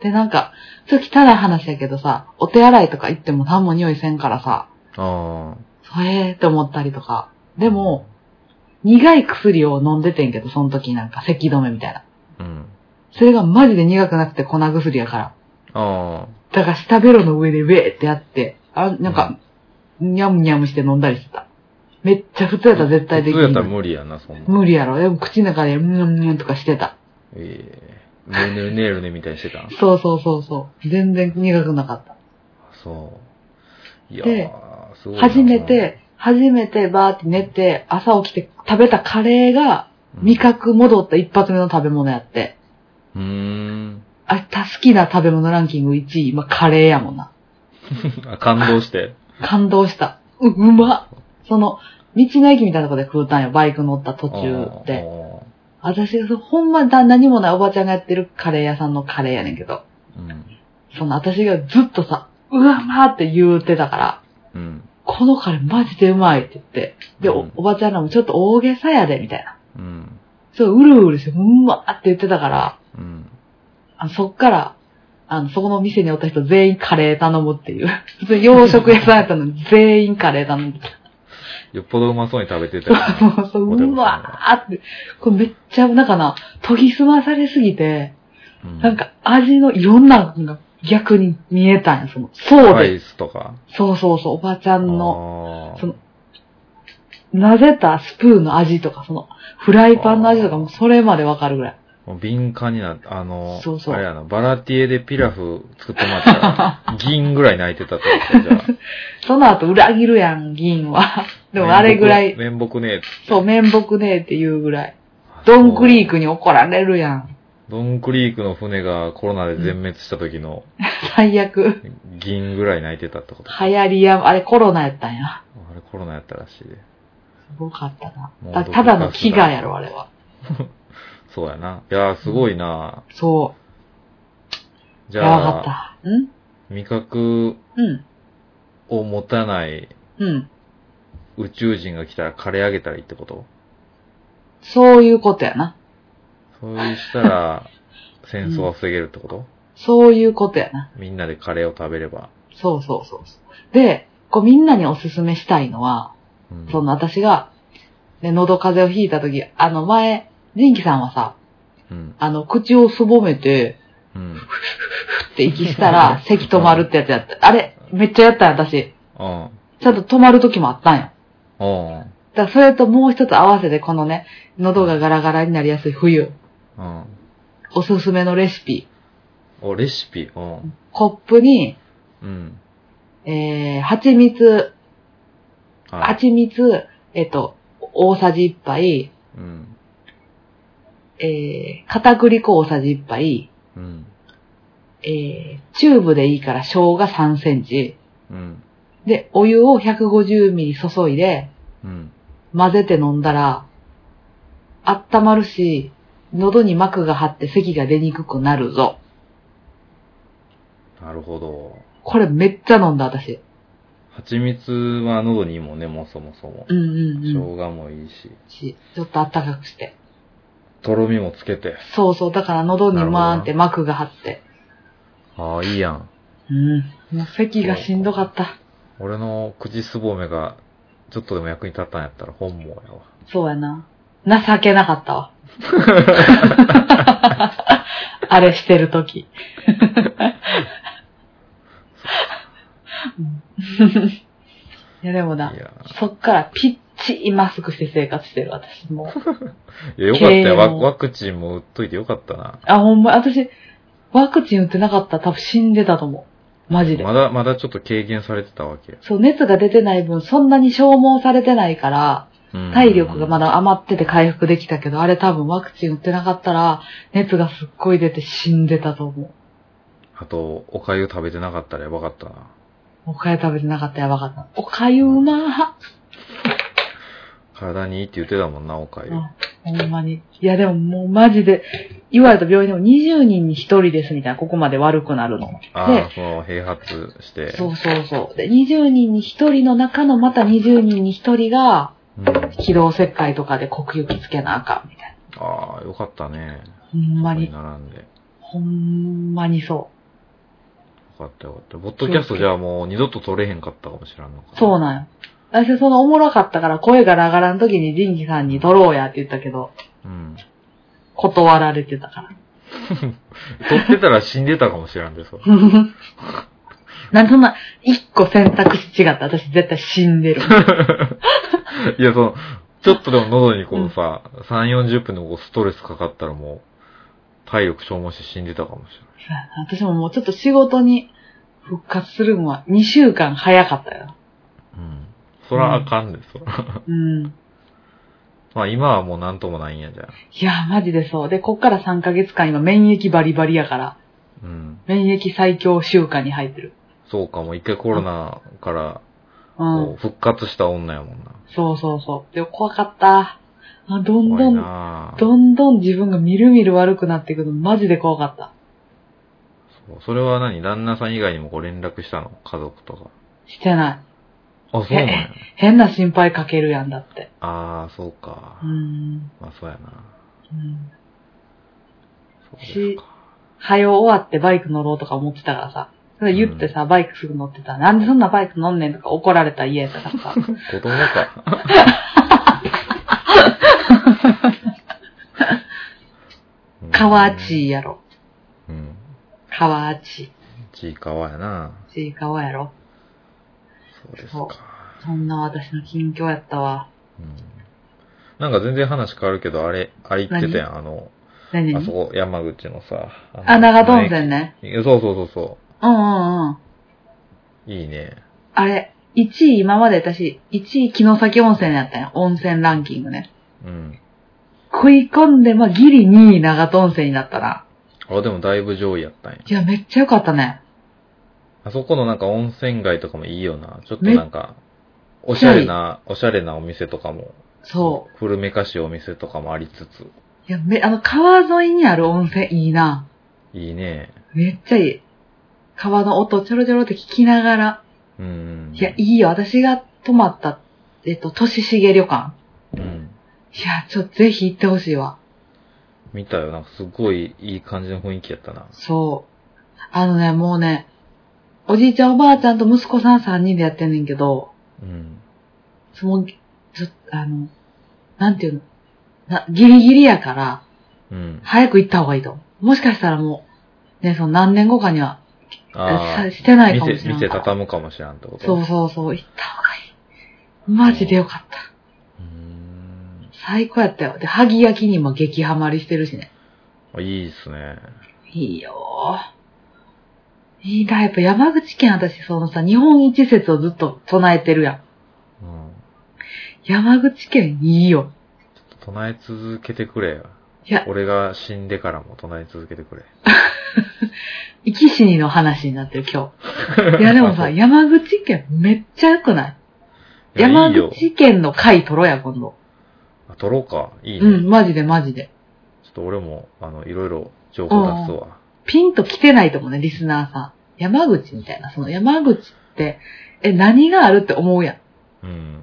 で、なんか、ちょっと汚い話やけどさ、お手洗いとか行っても何も匂いせんからさ、あそれーって思ったりとか。あ。でも、、苦い薬を飲んでてんけど、その時なんか咳止めみたいな。うん。それがマジで苦くなくて粉薬やから。あだから下ベロの上でウェーってやって、あ、なんか、にゃむにゃむして飲んだりしてた。めっちゃ普通あ。やったら絶対でき普通やったらない。無理やな、そんなん。無理やろ。でも口の中でむにゃむにゃとかしてた。ええ。ねるねるねるねみたいにしてたんそうそうそうそう。全然苦くなかった。そう。いやでー、すごいな。初めて、初めてバーって寝て、朝起きて食べたカレーが、うん、味覚戻った一発目の食べ物やって。うーん。 (laughs) あ、た好きな食べ物ランキング1位、今カレーやもんな。あ感動して。感動した。う、うまっその、道の駅みたいなとこで食うたんよ、バイク乗った途中あで。ー。私がそう、ほんまだ何もないおばちゃんがやってるカレー屋さんのカレーやねんけど、うん。その私がずっとさ、うわ、まーって言うてたから、うん。このカレーマジでうまいって言って、で、うおんおばちゃんらもちょっと大げさやで、みたいな。うん。そう、うるうるして、うんまーって言ってたから、うん。あのそっから、あの、そこの店におった人全員カレー頼むっていう。 (laughs) 普通に洋食屋さんやったのに全員カレー頼むってよっぽどうまそうに食べてたよね。そうそう、うわーって。これめっちゃ、なんかな、研ぎ澄まされすぎて、う (laughs) なん、か味のいろんなのが逆に見えたんや、その、そうで、ライスとか。そうそうそう、おばちゃんの、のそのなぜたスプーンの味とか、その、フライパンの味とかも、それまでわかるぐらい。もう敏感になって、あの、そうそうあれやな、バラティエでピラフ作ってもらった (laughs) ら、銀ぐらい泣いてたってことじゃあ。その後、裏切るやん、銀は。でも、あれぐらい、面目ねえ。そう、面目ねえっていうぐらい。ドンクリークに怒られるやん。ドンクリークの船がコロナで全滅した時の最悪。銀ぐらい泣いてたってこと。流行りや、あれコロナやったんや。あれコロナやったらしいで。すごかったなも。うだただの飢餓やろ、あれは。そうやな。いやーすごいな。そじう。やばゃかっあ、た。ん味覚うん。を持たないうん。宇宙人が来たら枯れ上げたらいいってことそういうことやな。そうした (laughs) ら、戦争は防げるってこと、そういうことやな。みんなでカレーを食べれば。そうそうそうそう。で、こうみんなにおすすめしたいのは、うんその私が、ね、喉風邪をひいた時、あの前、ジンキさんはさ、うん。あの、口をすぼめて、うん。ふって息した (laughs) ら、咳止まるってやつやった。あれ、めっちゃやったよ、私。うん。ちゃんと止まる時もあったんよ。うん。だからそれともう一つ合わせて、このね、喉がガラガラになりやすい冬、うん。おすすめのレシピ。お、レシピ。うん。コップに、うん。えー、蜂蜜、あ、蜂蜜、えっと、大さじ1杯、うん。えー、片栗粉大さじ1杯、うん。えー、チューブでいいから生姜3センチ、うん。で、お湯を150ミリ注いで、うん。混ぜて飲んだら、温まるし、喉に膜が張って咳が出にくくなるぞ。なるほど。これめっちゃ飲んだ、私。蜂蜜は喉にいいもんね、もうそもそも。うんうん生うん。姜もいいし。しちょっと暖かくして。とろみもつけて。そうそう、だから喉にまーんって膜が張って。ああ、いいやん。うん。もう咳がしんどかった。俺の口すぼめが、ちょっとでも役に立ったんやったら本望やわ。、そうやな。情けなかったわ。あれしてるとき。うんいやでもないやそっからピッチイマスクして生活してる私もう。いやよかったよ。経営ワもワクチンも打っといてよかったな。あ、ほんま、私、ワクチン打ってなかったら多分死んでたと思う。マジで。まだ、まだちょっと軽減されてたわけよ。そう、熱が出てない分、そんなに消耗されてないから、うん体力がま。だ余ってて回復できたけど、あれ多分ワクチン打ってなかったら、熱がすっごい出て死んでたと思う。あと、お粥食べてなかったらやばかったな。おかゆ食べてなかったらやばかった。おかゆうま体にいいって言ってたもんな、お粥。うんーほんまに。いやでももうマジで、言われた病院でも20人に1人ですみたいな、ここまで悪くなるの。ああ、その、併発して。そうそうそう。で、20人に1人の中のまた20人に1人が、うん。気道切開とかで呼吸器つけなあかんみたいああ、よかったね。な。ほんまここにに、並んで。よほんまにそかったよかった。ボッドキャストじゃあもう二度と撮れへんかったかもしらんのかう。そな。うなんよ。私そのおもろかったから声がラガラの時に仁義さんに撮ろうやって言ったけど、うん。断られて (laughs) たから。撮ってたら死んでたかもしらんで、そう。なんでそんな、一個選択肢違った私絶対死んでる。いや、その、ちょっとでも喉にこうさ、3、40分のこうストレスかかったらもう、体力消耗して死んでたかもし私ももうちょっと仕事に復活するのは2週間早かったよ。れん。うん。そらあかんで、そら。うん。まあ今はもうなんともないんやじゃん。いや、マジでそう。で、こっから3ヶ月間今免疫バリバリやから、うん。免疫最強週間に入ってる。そうか、もう一回コロナから、うんこう。復活した女やもんな。そうそうそう。でも怖かった。あどん怖どいん、なぁどんどん自分がみるみる悪くなっていくの、マジで怖かった。そうそれは何旦那さん以外にもこう連絡したの家族とか。してない。あ、そうなんや。変な心配かけるやんだって。ああ、そうかう。ん。まあそうやな。うん。そうですか。早う終わってバイク乗ろうとか思ってたからさ。それ言ってさ、バイクすぐ乗ってたら。なんでそんなバイク乗んねんとか怒られた家やったから (laughs) さ。子供 (laughs) か。川地やろ。うん。川地。ちいかわやな。ちいかわやろ。そうですそうか。そんな私の近況やったわ。うん。なんか全然話変わるけど、あれ、あれ言ってたやん。あの、何あそこ、山口のさ。のあ、長門温泉ね。いやそうそうそうそうんうんうん。う。いいね。あれ、1位今まで私、1位城崎温泉やったんや。温泉ランキングね。うん。食い込んで、まあ、ギリ2位長門温泉になったら。あ、でもだいぶ上位やったんや。いや、めっちゃ良かったね。あそこのなんか温泉街とかもいいよな。ちょっとなんか、おしゃれな、おしゃれなお店とかも。。そう古めかしいお店とかもありつつ。う。いや、め、あの、川沿いにある温泉いいな。いいね。めっちゃいい。川の音ちょろちょろって聞きながら。うん。いや、いいよ。私が泊まった、えっと、とししげ旅館。うん。いや、ちょ、ぜひ行ってほしいわ。見たよ。なんかすごいいい感じの雰囲気やったな。そう。あのね、もうね、おじいちゃんおばあちゃんと息子さん3人でやってんねんけど、うん。その、ちょあの、なんていうの、な、ギリギリやから、うん。早く行った方がいいと。もしかしたらもう、ね、その何年後かには、あさしてなあ。いかもし店、れない店。畳むかもしらんってことそうそうそう、行った方がいい。マジでよかった。うーん。最高やったよ。で、萩焼きにも激ハマりしてるしね。あいいっすね。いいよいいな、やっぱ山口県私、そのさ、日本一説をずっと唱えてるやん。うん。山口県いいよ。唱え続けてくれよ。いや、俺が死んでからも唱え続けてくれ。生き死にの話になってる今日。いやでも (laughs) さ、い山口県めっちゃ良くないや山いいよ。口県の回取ろうや、今度。あ取ろうか。いいね。うん、マジでマジで。ちょっと俺も、あの、いろいろ情報出すわ。ピンと来てないと思うね、リスナーさん。山口みたいな。その山口って、え、何があるって思うやん。うん。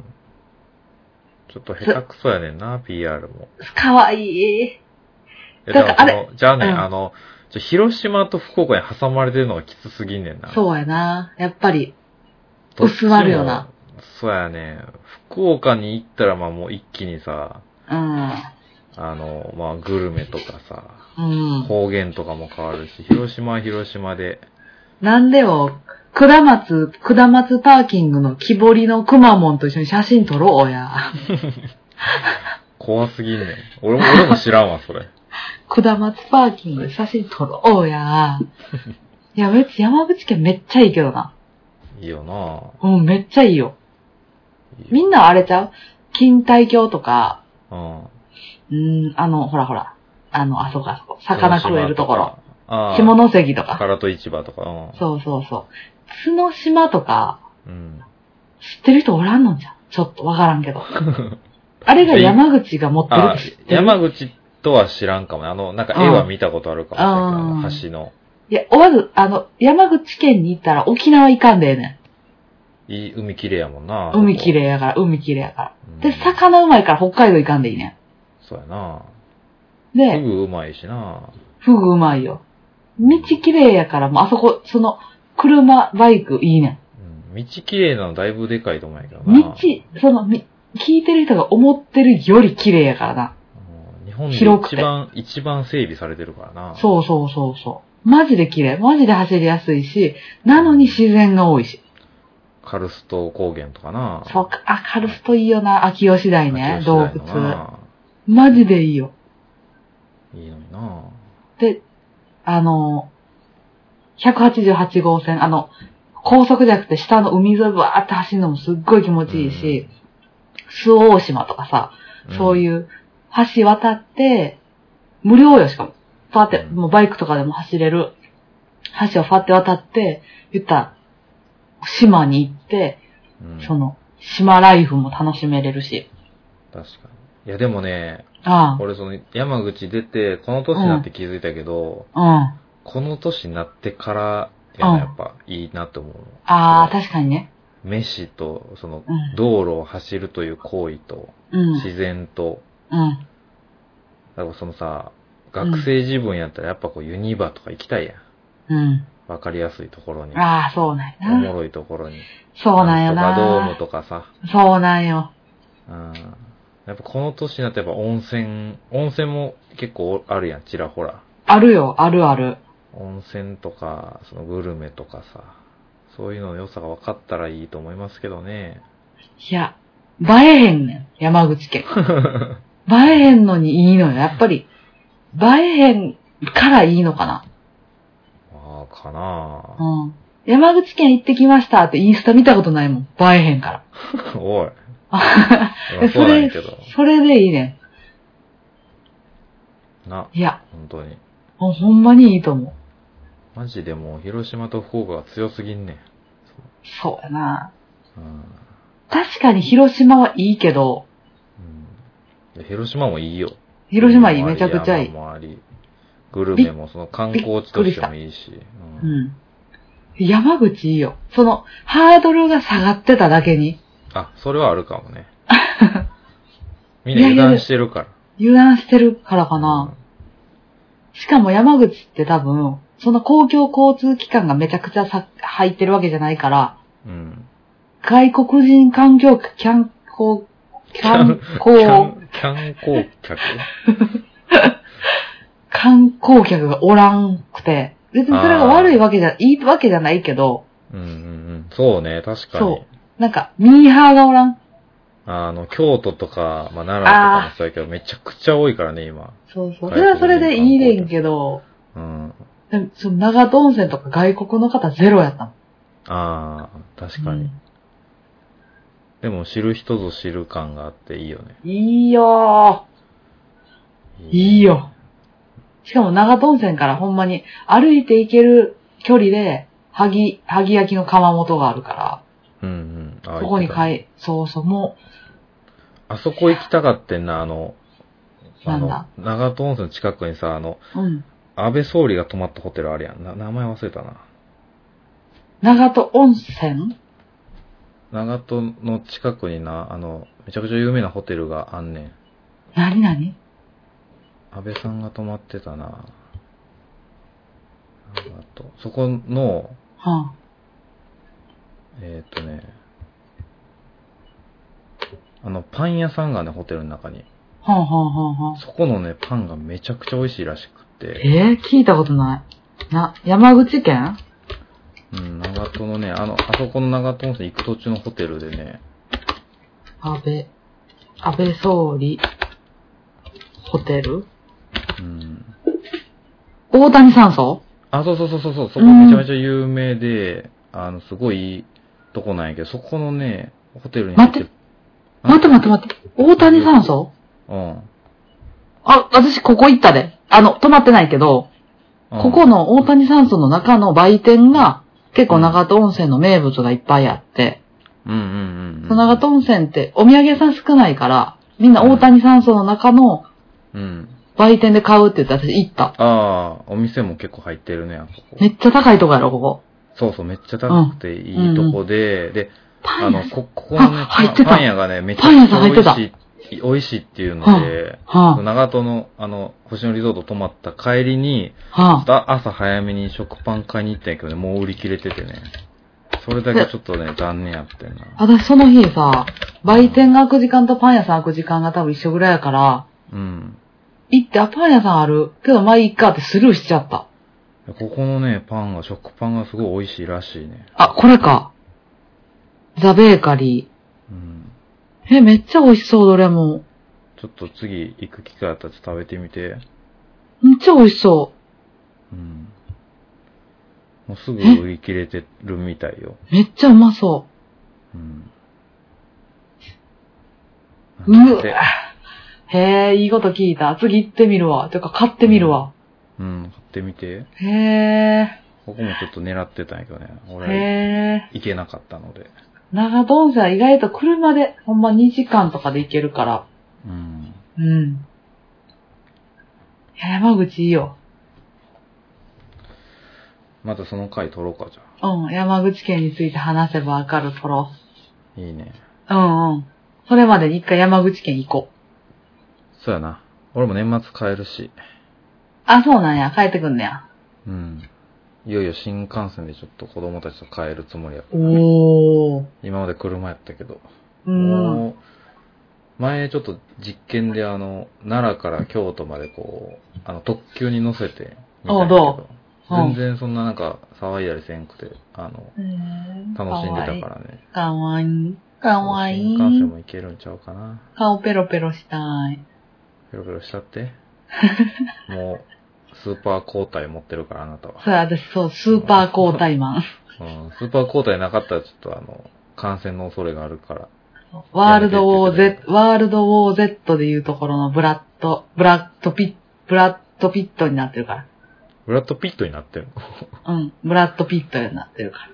ちょっと下手くそやねんな、PR も。かわいい。え、だからでもそのじゃあね、うんあの、ちょ広島と福岡に挟まれてるのがきつすぎんねんな。そうやな。やっぱり。どっちも薄まるよな。そうやね。福岡に行ったら、まあもう一気にさ、うん。あの、まあグルメとかさ、うん。方言とかも変わるし、広島は広島で、なんでも、下松、下松パーキングの木彫りのくまモンと一緒に写真撮ろうや。怖すぎんねん。俺も、俺も知らんわ、それ。下松パーキングで写真撮ろうや。いや、別に山口県めっちゃいいけどな。いいよなうん、めっちゃいいよ。いいよみんなあれちゃう錦帯橋とか、うん。うーん、あの、ほらほら。あの、あそこあそこ。魚食えるところ。ああ。下関とか。唐戸市場とか、うん。そうそうそう。角島とか、うん。知ってる人おらんのじゃん。ちょっとわからん (laughs) けど。あれが山口が持ってるっあて知ってる山口とは知らんかもね。あの、なんか絵は見たことあるかもしれんけどあの、橋の。いや、まず、あの、山口県に行ったら沖縄行かんでええねいい、海綺麗やもんな。ん。海綺麗。麗やから、海綺麗やかうんら。で、魚うまいから北海道行かんでいいねそうやな。ん。フで、グうまいしな。フグうまいよ。道綺麗やから、もうあそこ、その、車、バイクいいねうん。道綺麗なのだいぶでかいと思うんやけどん。な。道、その、み聞いてる人が思ってるより綺麗やからな。うん日本で広く一て番、一番整備されてるからな。そうそうそうそう。マジで綺麗。マジで走りやすいし、なのに自然が多いし。カルスト高原とかな。そうか、あ、カルストいいよな。秋吉台ね秋。吉洞台の窟。な。マジでいいよ。いいのにな。あの、188号線、あの、高速じゃなくて下の海沿いバーって走るのもすっごい気持ちいいし、周防大島とかさ、うん、そうういう橋渡って、無料よしかも。パーって、うんもうバイクとかでも走れる。橋をファって渡って、言ったら、島に行って、ん。うん、その、島ライフも楽しめれるし。確かに。いやでもね、あ俺その山口出て、この年になって気づいたけど、あ、うん。この年になってから、やなうんやっぱいいなって思う。ああ、確かにね。飯と、その、うん。道路を走るという行為と、うん。自然と、うん。だからそのさ、うん学生自分やったらやっぱこうユニバとか行きたいやん。うわかりやすいところにん。。ああ、そうなんおやもな。ろいところに。そうなんやな。とかドームとかさ。そうなんよ。うん。やっぱこの年になってやっぱ温泉、温泉も結構あるやん、ちらほら。あるよ、あるある。温泉とか、そのグルメとかさ、そういうのの良さが分かったらいいと思いますけどね。いや、映えへんねん、山口県。映えへんのにいいのよ。やっぱり、映えへんからいいのかな。まあ、かなぁ。うん。山口県行ってきましたってインスタ見たことないもん。映えへんかおい。ら。 (laughs) まあそうなんやけど。それでいいねな、ん。いや、本当に。もうほんまにいいと思う。マジでもう広島と福岡が強すぎんねん。そうやな。うん確かに広島はいいけど、うん、で広島もいいよ。広島いい、めちゃくちゃいい。山もあり。グルメもその観光地とびしっくりしてたもいいし。ううんん。山口いいよ。その、ハードルが下がってただけに。あ、それはあるかも (laughs) ね。みんな油断してるから。油断してるからかな。しかも山口って多分、その公共交通機関がめちゃくちゃさ入ってるわけじゃないから、うん。うん。外国人観光客、キャンコ、キャンキャコ、ン、キャン光客観光客がおらんくて、別にそれが悪いわけじゃ、いいわけじゃないけど、うんうんうん。そうね、確かにそ。なんか、ミーハーがおらん。あの、京都とか、まあ、奈良とかもそうやけど、めちゃくちゃ多いからね、今。そうそう。それはそれでいいねんけど、うん。でもその長門温泉とか外国の方ゼロやったもんああ、確かうにん。でも知る人ぞ知る感があっていいよね。いいよーいいよ。よしかも長門線からほんまに歩いて行ける距離で、萩、萩焼きの窯元があるかうんうん。ら、あそこに行ってたね買い、そうそう、もあそこ行きたかってんな、あの、あなの、長門温泉の近くにさ、あの、う、うん。安倍総理が泊まったホテルあるやん。な名前忘れたな。長門温泉長門の近くにな、あの、めちゃくちゃ有名なホテルがあんねん。何何安倍さんが泊まってたな。長門そこの、はえーっ、とね、あの、パン屋さんがね、ホテルの中に。あ、はあ、はあ、はあ、はあ。そこのね、パンがめちゃくちゃ美味しいらしくって、えー、聞いたことない。な、山口県うん、長門のね、あの、あそこの長門温泉行く途中のホテルでね、安倍、安倍総理、ホテルうん。大谷山荘あ、そうそうそうそうそう、そこめちゃめちゃ有名で、あの、すごいいいとこなんやけど、そこのね、ホテルに待って、待って待って待って。大谷山荘うん。あ、私ここ行ったで。あの、泊まってないけど、うんここの大谷山荘の中の売店が、結構長門温泉の名物がいっぱいあって、うんうんうん。その長門温泉ってお土産屋さん少ないから、みんな大谷山荘の中のうん。売店で買うって言って私行った。ああ、お店も結構入ってるね、あそこ。めっちゃ高いとこやろ、ここ。そうそう、めっちゃ高くていいとこで、で、パあン屋の、こ、ここのねあ、入ってたパン屋がね、めちゃくちゃパン美屋味さんし入い、美味しいっていうので、は長門の、あの、星野リゾート泊まった帰りに、あ、はあ、だ朝早めに食パン買いに行ったんやけどね、もう売り切れててね。それだけちょっとね、残念やってんな。私その日さ、売店が開く時間とパン屋さん開く時間が多分一緒ぐらいやから、うん。行って、あ、パン屋さんあるけど、まあいいかってスルーしちゃった。ここのね、パンが、食パンがすごい美味しいらしいね。あ、これか。ザ・ベーカリうん。ー。え、めっちゃ美味しそう、どれも。ちょっと次行く機会あったらちょっと食べてみて。めっちゃ美味しそうん。もうすぐ売り切れてるみたいよ。う。めっちゃうまそうん。うなんてうう。へえ、いいこと聞いた。次行ってみるわ。てか、買ってみるわ。うん、買ってみて。へえ、ここもちょっと狙ってたんやけどね。俺、へえ。行けなかったので。長門さん意外と車で、ほんま2時間とかで行けるから。うん。うん。いや山口いいよ。またその回取ろうか、じゃうん、山口県について話せばわかるとろ。あ。いいね。うんうん。それまでに一回山口県行こう。そうやな。俺も年末帰るし。あ、そうなんや。帰ってくんねや。うん。いよいよ新幹線でちょっと子供たちと帰るつもりや。おー。今まで車やったけど。うん。もう、前ちょっと実験であの、奈良から京都までこう、あの、特急に乗せてみたんやけど、おどううん全然そんななんか騒いだりせんくて、あの、楽しんでたからね。かわいい。かわいい。新幹線も行けるんちゃうかな。顔ペロペロしたい。ペロペロしちゃ (laughs) って。もう、スーパー交代持ってるから、あなたは。そう、私そう、スーパー交代マン。 (laughs) うん、スーパー交代なかったらちょっとあの、感染の恐れがあるから。ワールドウォーやめてくゼット、ワールドウォーゼットでいうところのブラッド、ブラッドピッ、ブラッドピットになってるかブラッド・ピットになってるら。うん。ブラッドピットになってるから。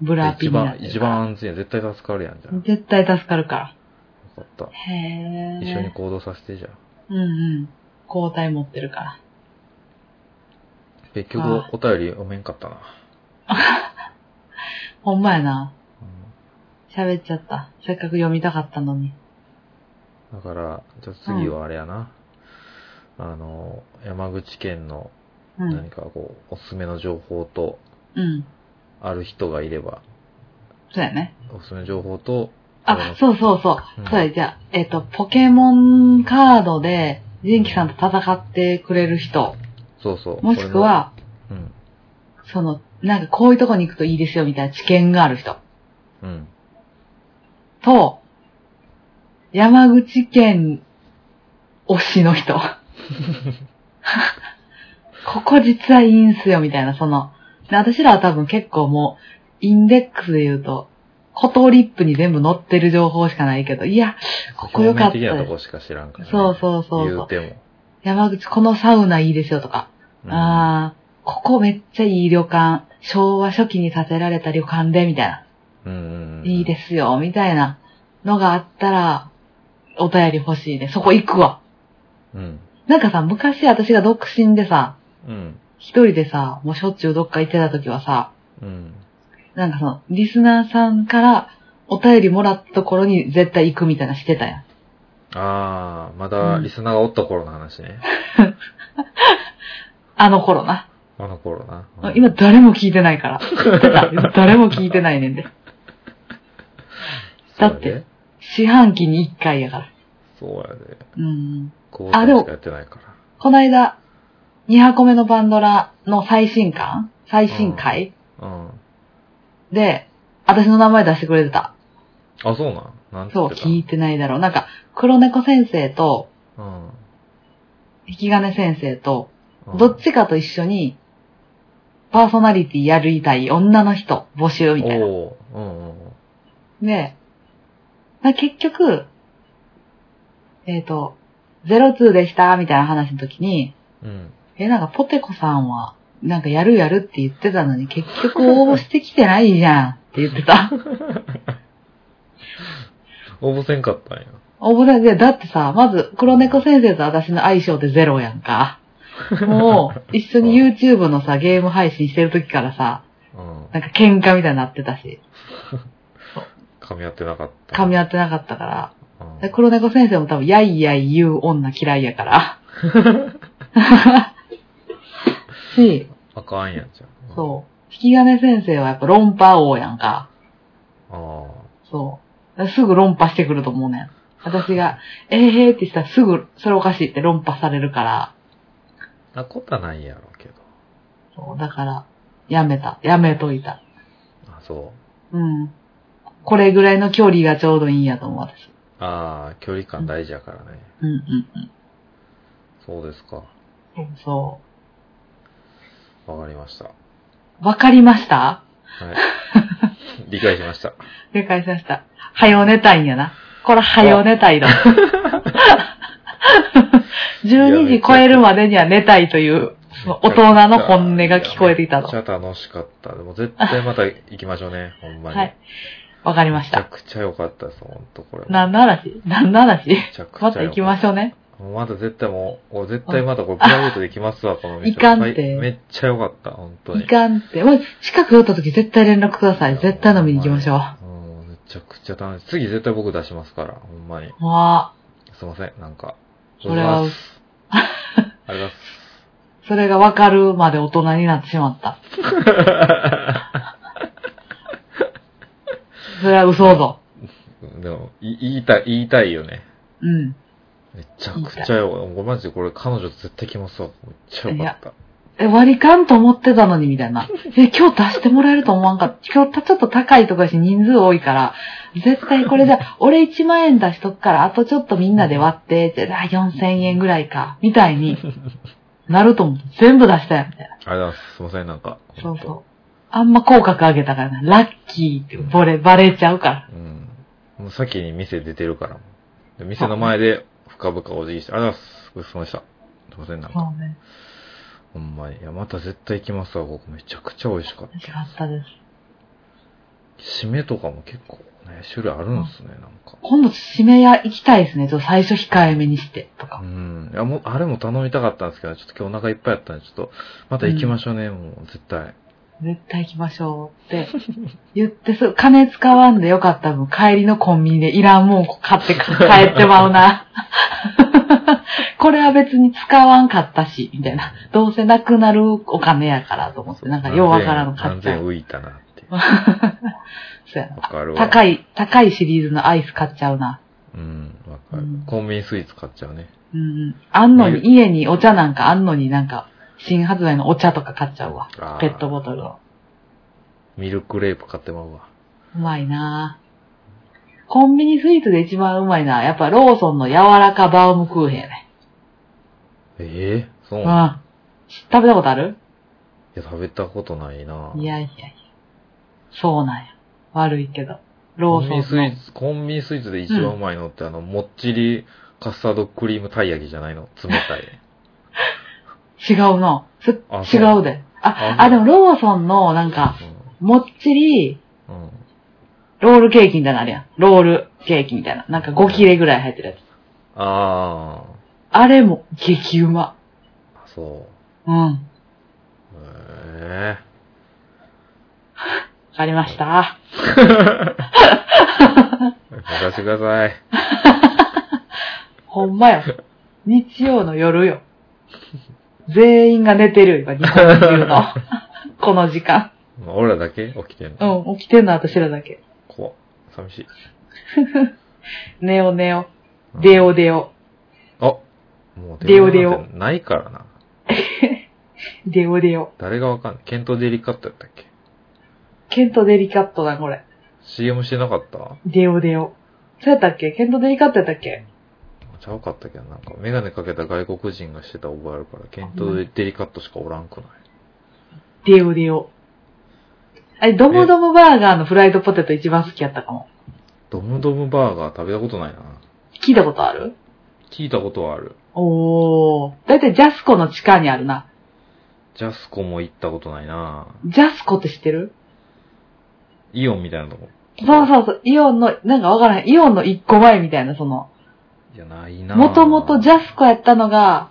ブラピ一にな番、って一るから。番安全や。絶対助かるやん、じゃん。よ絶対助かるかかった。ら。へー。一緒に。行動させてじゃあ。うんうん。交代持ってるから。結局あ、お便り読めんかったな。ほんまやな。うん喋っちゃった。せっかく読みたかったのに。だから、じゃあ次はあれやな。あの、山口県のう何ん。かこう、おすすめの情報と、うん。ある人がいれば、そうやね。おすすめの情報と、あ、そうそうそううん。そうや、じゃあ、えっ、と、ポケモンカードで、ジンキさんと戦ってくれる人、そうそう。もしくは、これも、その、なんかこういうとこに行くといいですよみたいな知見がある人うん、うん。と、山口県推し (laughs) の人。ここ実はいいんすよみたいな、その、で私らは多分結構もう、インデックスで言うと、フォトリップに全部載ってる情報しかないけど、いや、ここ良かっ表た面的なとこよ。しか知らんから、ね。そうそうそうそう。言うても。山口、このサウナいいですよとか。うんああ、ここめっちゃいい旅館。昭和初期に建てられた旅館で、みたいな。うんうんうん。いいですよ、みたいなのがあったら、お便り欲しいね。そこ行くわ。うん。なんかさ、昔私が独身でさ、うん。一人でさ、もうしょっちゅうどっか行ってた時はさ、うん。なんかその、リスナーさんからお便りもらったところに絶対行くみたいなしてたやん。ああ、まだリスナーがおった頃の話 (laughs) ね。あの頃な。あの頃な。うん今、誰も聞いてない (laughs) から。言ってた。誰も聞いてないねんで。だって四半期に一回やから。そうやで。うん。そうやで。あでもこうしかやってないから。こないだ、2箱目のバンドラの最新刊最新回、うん。で、私の名前出してくれてた。あ、そうなん。なんて言そう、ってた聞いてないだろう。なんか、黒猫先生と、うん。引き金先生と、うんどっちかと一緒に、パーソナリティやりたい女の人募集みたいな。おーうんうんうん。で、まあ、結局、えっ、と、02でした、みたいな話の時に、うん。え、なんかポテコさんは、なんかやるやるって言ってたのに、結局応募してきてないじゃんって言ってた。応募せんかったんや。応募だで、だってさ、まず、黒猫先生と私の相性でゼロやんか。もう、一緒に YouTube のさ、ゲーム配信してる時からさ、うん。なんか喧嘩みたいになってたし、噛み合ってなかった。噛み合ってなかったから、で黒猫先生も多分、やいやい言う女嫌いやから。 (laughs) し、あかんやんじゃん。う。そう。引き金先生はやっぱ論破王やんか。あそう。だからすぐ論破してくると思うねん。私が、えーへーってしたらすぐ、それおかしいって論破されるから。あ。なことはないやろうけど。そう。だから、やめた。やめといた。あ、そう。うん。これぐらいの距離がちょうどいいんやと思う、私。ああ、距離感大事やからね。うんうんそうですか。うん。そわかりま (laughs) した。う。わかりましたはい。理解しました。理解しました。はよ寝たいんやな。これはよ (laughs) 寝たいだ。12時超えるまでには寝たいという、その大人の本音が聞こえてきためのっち。ゃ楽しかった。でも絶対また行きましょうね。ほんまに。はい。わかりましめた。ちゃくちゃ良かったです、ほんとこれ。何の話何の話めちゃくちゃ良かった。また行きましょうね。もうまだ絶対もう、お絶対まだこれプライベートで行きますわ、この店。いかんてはいめっちゃ良かった、本当に。いかんって。もう近く寄った時絶対連絡ください。絶対飲みに行きましょう。うん、めちゃくちゃ楽しい。次絶対僕出しますから、ほんまに。うわすいません、なんか。それはありがとうございます。ありがとうございます。ぁそれがわかるまで大人になってしまった。それは嘘ぞ。 (laughs) でも、い言いたい、言いたいよね。うん。めちゃくちゃよ。もうマジでこれ彼女絶対来ますわ。めっちゃよかった。え、割り勘と思ってたのにみたいな。え、今日足してもらえると思わんかった。今日ちょっと高いとかし人数多いから、絶対こ (laughs) れじゃ、俺1万円出しとくから、あとちょっとみんなで割って、ってあ、4000円ぐらいか、みたいになると思って、全部出したやん、みたいな。ありがとうございます。すいません、なんか。そうそう。あんま口角上げたからな、ラッキーってボレ、バレちゃうから。うん。もう先に店出てるから。で店の前で深々お辞儀して、ありがとうございます。ごちそうさまでした。すいません、なんか。そうね。ほんまに。いや、また絶対行きますわ、ここ。めちゃくちゃ美味しかっよかったです。た。締めとかも結構ね、種類あるんですね、なんか。今度、締め屋行きたいですね。ちょっと最初控えめにして、とかう。ん。いや、もう、あれも頼みたかったんですけど、ちょっと今日お腹いっぱいあったんで、ちょっと、また行きましょうね、もう、絶対。絶対行きましょう (laughs) って言って、そう、金使わんでよかった分、帰りのコンビニでいらんもん買ってか帰ってまう (laughs) な。これは別に使わんかったし、みたいな。どうせなくなるお金やからと思って、なんかようわからんの買っ完ちゃ全う。浮いたなっていう。そうやなわかるわ。高い、高いシリーズのアイス買っちゃうな。うん、わかるうん。コンビニスイーツ買っちゃうね。うんうん。あんのに、家にお茶なんかあんのになんか、新発売のお茶とか買っちゃうわ。あーペットボトルの。ミルクレープ買ってまうわ。うまいなぁ。コンビニスイーツで一番うまいなぁ。やっぱローソンの柔らかバウムクーヘンやね。。ええそううんなん。食べたことあるいや、食べたことないないやいやいや。そうなんや。悪いけど。コロンービソンニスイのー。ツ、コンビニスイーツで一番うまいのって、あの、もっちりカスタードクリームたい焼きじゃないの冷た (laughs) い。違うな。すあそう違うで。あ、あ、あそでうもローソンのなんか、もっちり、うん。うん。ロールケーキみたいなのあるやん。ロールケーキみたいな。なんか5切れぐらい入ってるやつ。ああれも激うま。あ、そう。うん。えわかりました。え任せてください。ほんまよ。日曜の夜よ。全員が寝てるよ、今、日本中の。この時間。俺らだけ起きてんの。うん、起きてんのは私らだけ。怖っ寂しい。寝よう寝ようう。ん出よう出よあもう出よう出ようなんてないからな。う。出よう出よ誰がわかんない。ケントデリカットやったっけう。ケントデリカットだ、これ。 ?CM してなかった出よう出よう。そうやったっけケントデリカットやったっけちゃうかったけど、なんか、メガネかけた外国人がしてた覚えあるから、ケントデリカットしかおらんくない。出よう出よう。あれ、ドムドムバーガーのフライドポテト一番好きやったかも。ドムドムバーガー食べたことないな。聞いたことある聞いたことはある。おー。だいたいジャスコの地下にあるな。ジャスコも行ったことないな。ジャスコって知ってるイオンみたいなとこ。そうそうそう、イオンの、なんかわからへん、イオンの一個前みたいな、その、いや、ないな。もともとジャスコやったのが、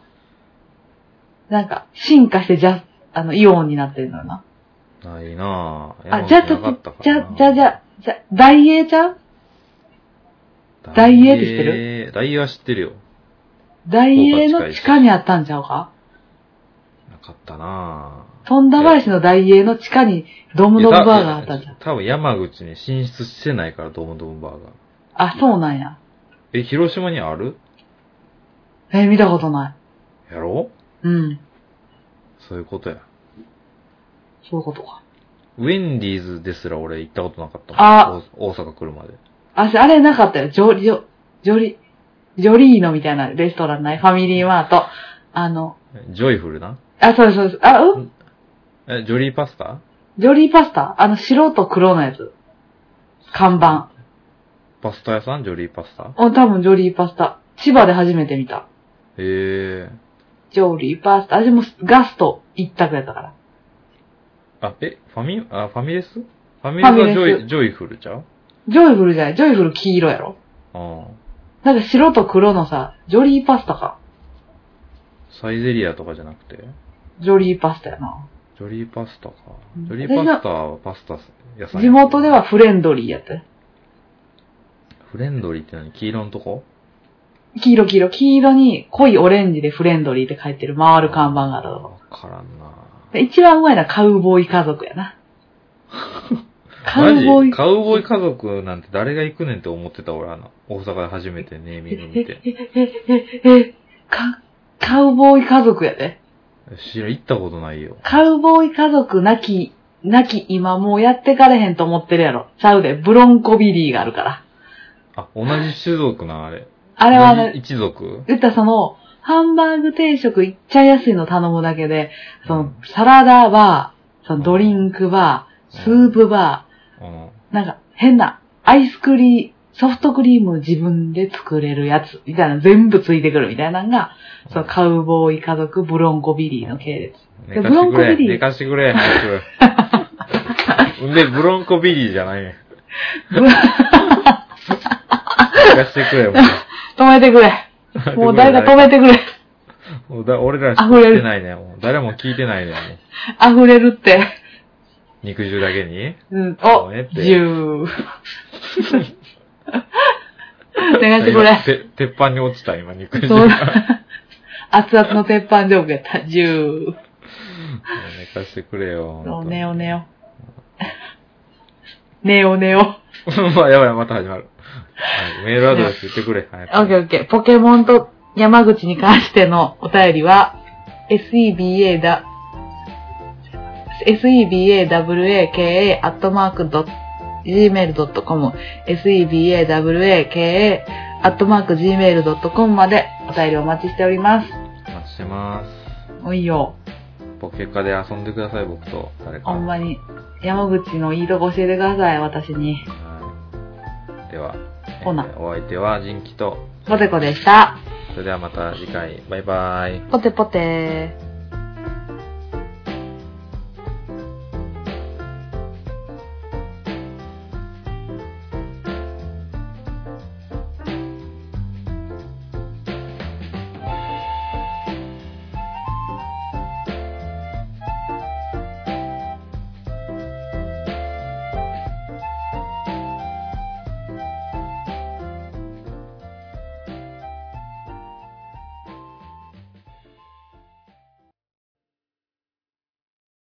なんか、進化してジャス、あの、イオンになってるのよな。ないなぁ。あ、じゃあちょっと、じゃ、じゃ、じゃ、じゃ、ダイエーちゃんあダイエーって知ってるダイエーは知ってるよ。ダイエーの地下にあったんちゃうかなかったなぁ。富田林のダイエーの地下にドムドムバーガーあったんいちゃやうた多分山口に進出してないから、ドムドムバーガー。あ、そうなんや。え、広島にあるえ、見たことなやろい。うん。そういうことや。そういうことか。ウェンディーズですら俺行ったことなかったもん。あお大阪来るまで。あ、あれなかったよ。ジョリ、ジョ、ジョリ、ジョリーノみたいなレストランないファミリーマート。あの、ジョイフルなあ、そうです、そうです。あ、うんえ、ジョリーパスタジョリーパスタあの、白と黒のやつ。看板。パスタ屋さんジョリーパスタうん、多分ジョリーパスタ。千葉で初めて見た。へえ。ジョリーパスタ。あ、でも、ガスト一択やったから。あ、え、ファミ、あ、ファミレスファミレスはジファミョレイ、ジョイフルちゃうジョイフルじゃないジョイフル黄色やろうん。なんか白と黒のさ、ジョリーパスタか。サイゼリアとかじゃなくてジョリーパスタやな。ジョリーパスタか。うんジョリーパスタはパスタ屋さんや地元では。フレンドリーやって。フレンドリーって何黄色のとこ黄色黄色。黄色に濃いオレンジでフレンドリーって書いてる回る看板があるとこわからんなで一番うまいのはカウボーイ家族やな。カウ (laughs) マジボーイ。カウボーイ家族なんて誰が行くねんって思ってた俺、あの、大阪で初めてネーミング見て。え、か、カウボーイ家族やで。知ら、行ったことないよ。カウボーイ家族なき、なき今もうやってかれへんと思ってるやろ。ちゃうで、ブロンコビリーがあるから。あ、同じ種族な、あれ。ああれはね、一族言ったらその、ハンバーグ定食いっちゃいやすいの頼むだけで、その、サラダバー、そのドリンクバー、スープバうん。ー、なんか変な、アイスクリーム、ソフトクリーム自分で作れるやつ、みたいな、全部ついてくるみたいなのが、そのカウボーイ家族ブロンコビリーの系列。寝かしブロてンコくれ、ビリー寝かしてくれ、早く。んで、ブロンコビリーじゃない (laughs) ね。ブロン寝かしてくれ、もう。止めてくれ。もう誰か止めてくれ。 (laughs) もうだ俺らしか聞いてないね。もう誰も聞いてないね。もう溢れるって。肉汁だけにうん、もお、うええって (laughs) 10。願ってく今れ。て鉄板に落ちた、今、肉汁そう (laughs) が。熱々の鉄板上下やった。10。寝かしてくれよ。おねおね (laughs) お。ねおねお。オまあ、 (laughs) やばい、また始まる。はいメールアドレス言ってくれ。早くッケーオッケー。ポケモンと山口に関してのお便りは、seba だ、sebawaka.gmail.com、sebawaka.gmail.com までお便りお待ちしております。お待ちしてます。おいよ。ポケカで遊んでください、僕と。誰か。ほんまに。山口のいいとこ教えてください、私に。はいでは、ほなえーお相手は人気と、ポテコでした。それではまた次回、バイバイ。ポテポテー。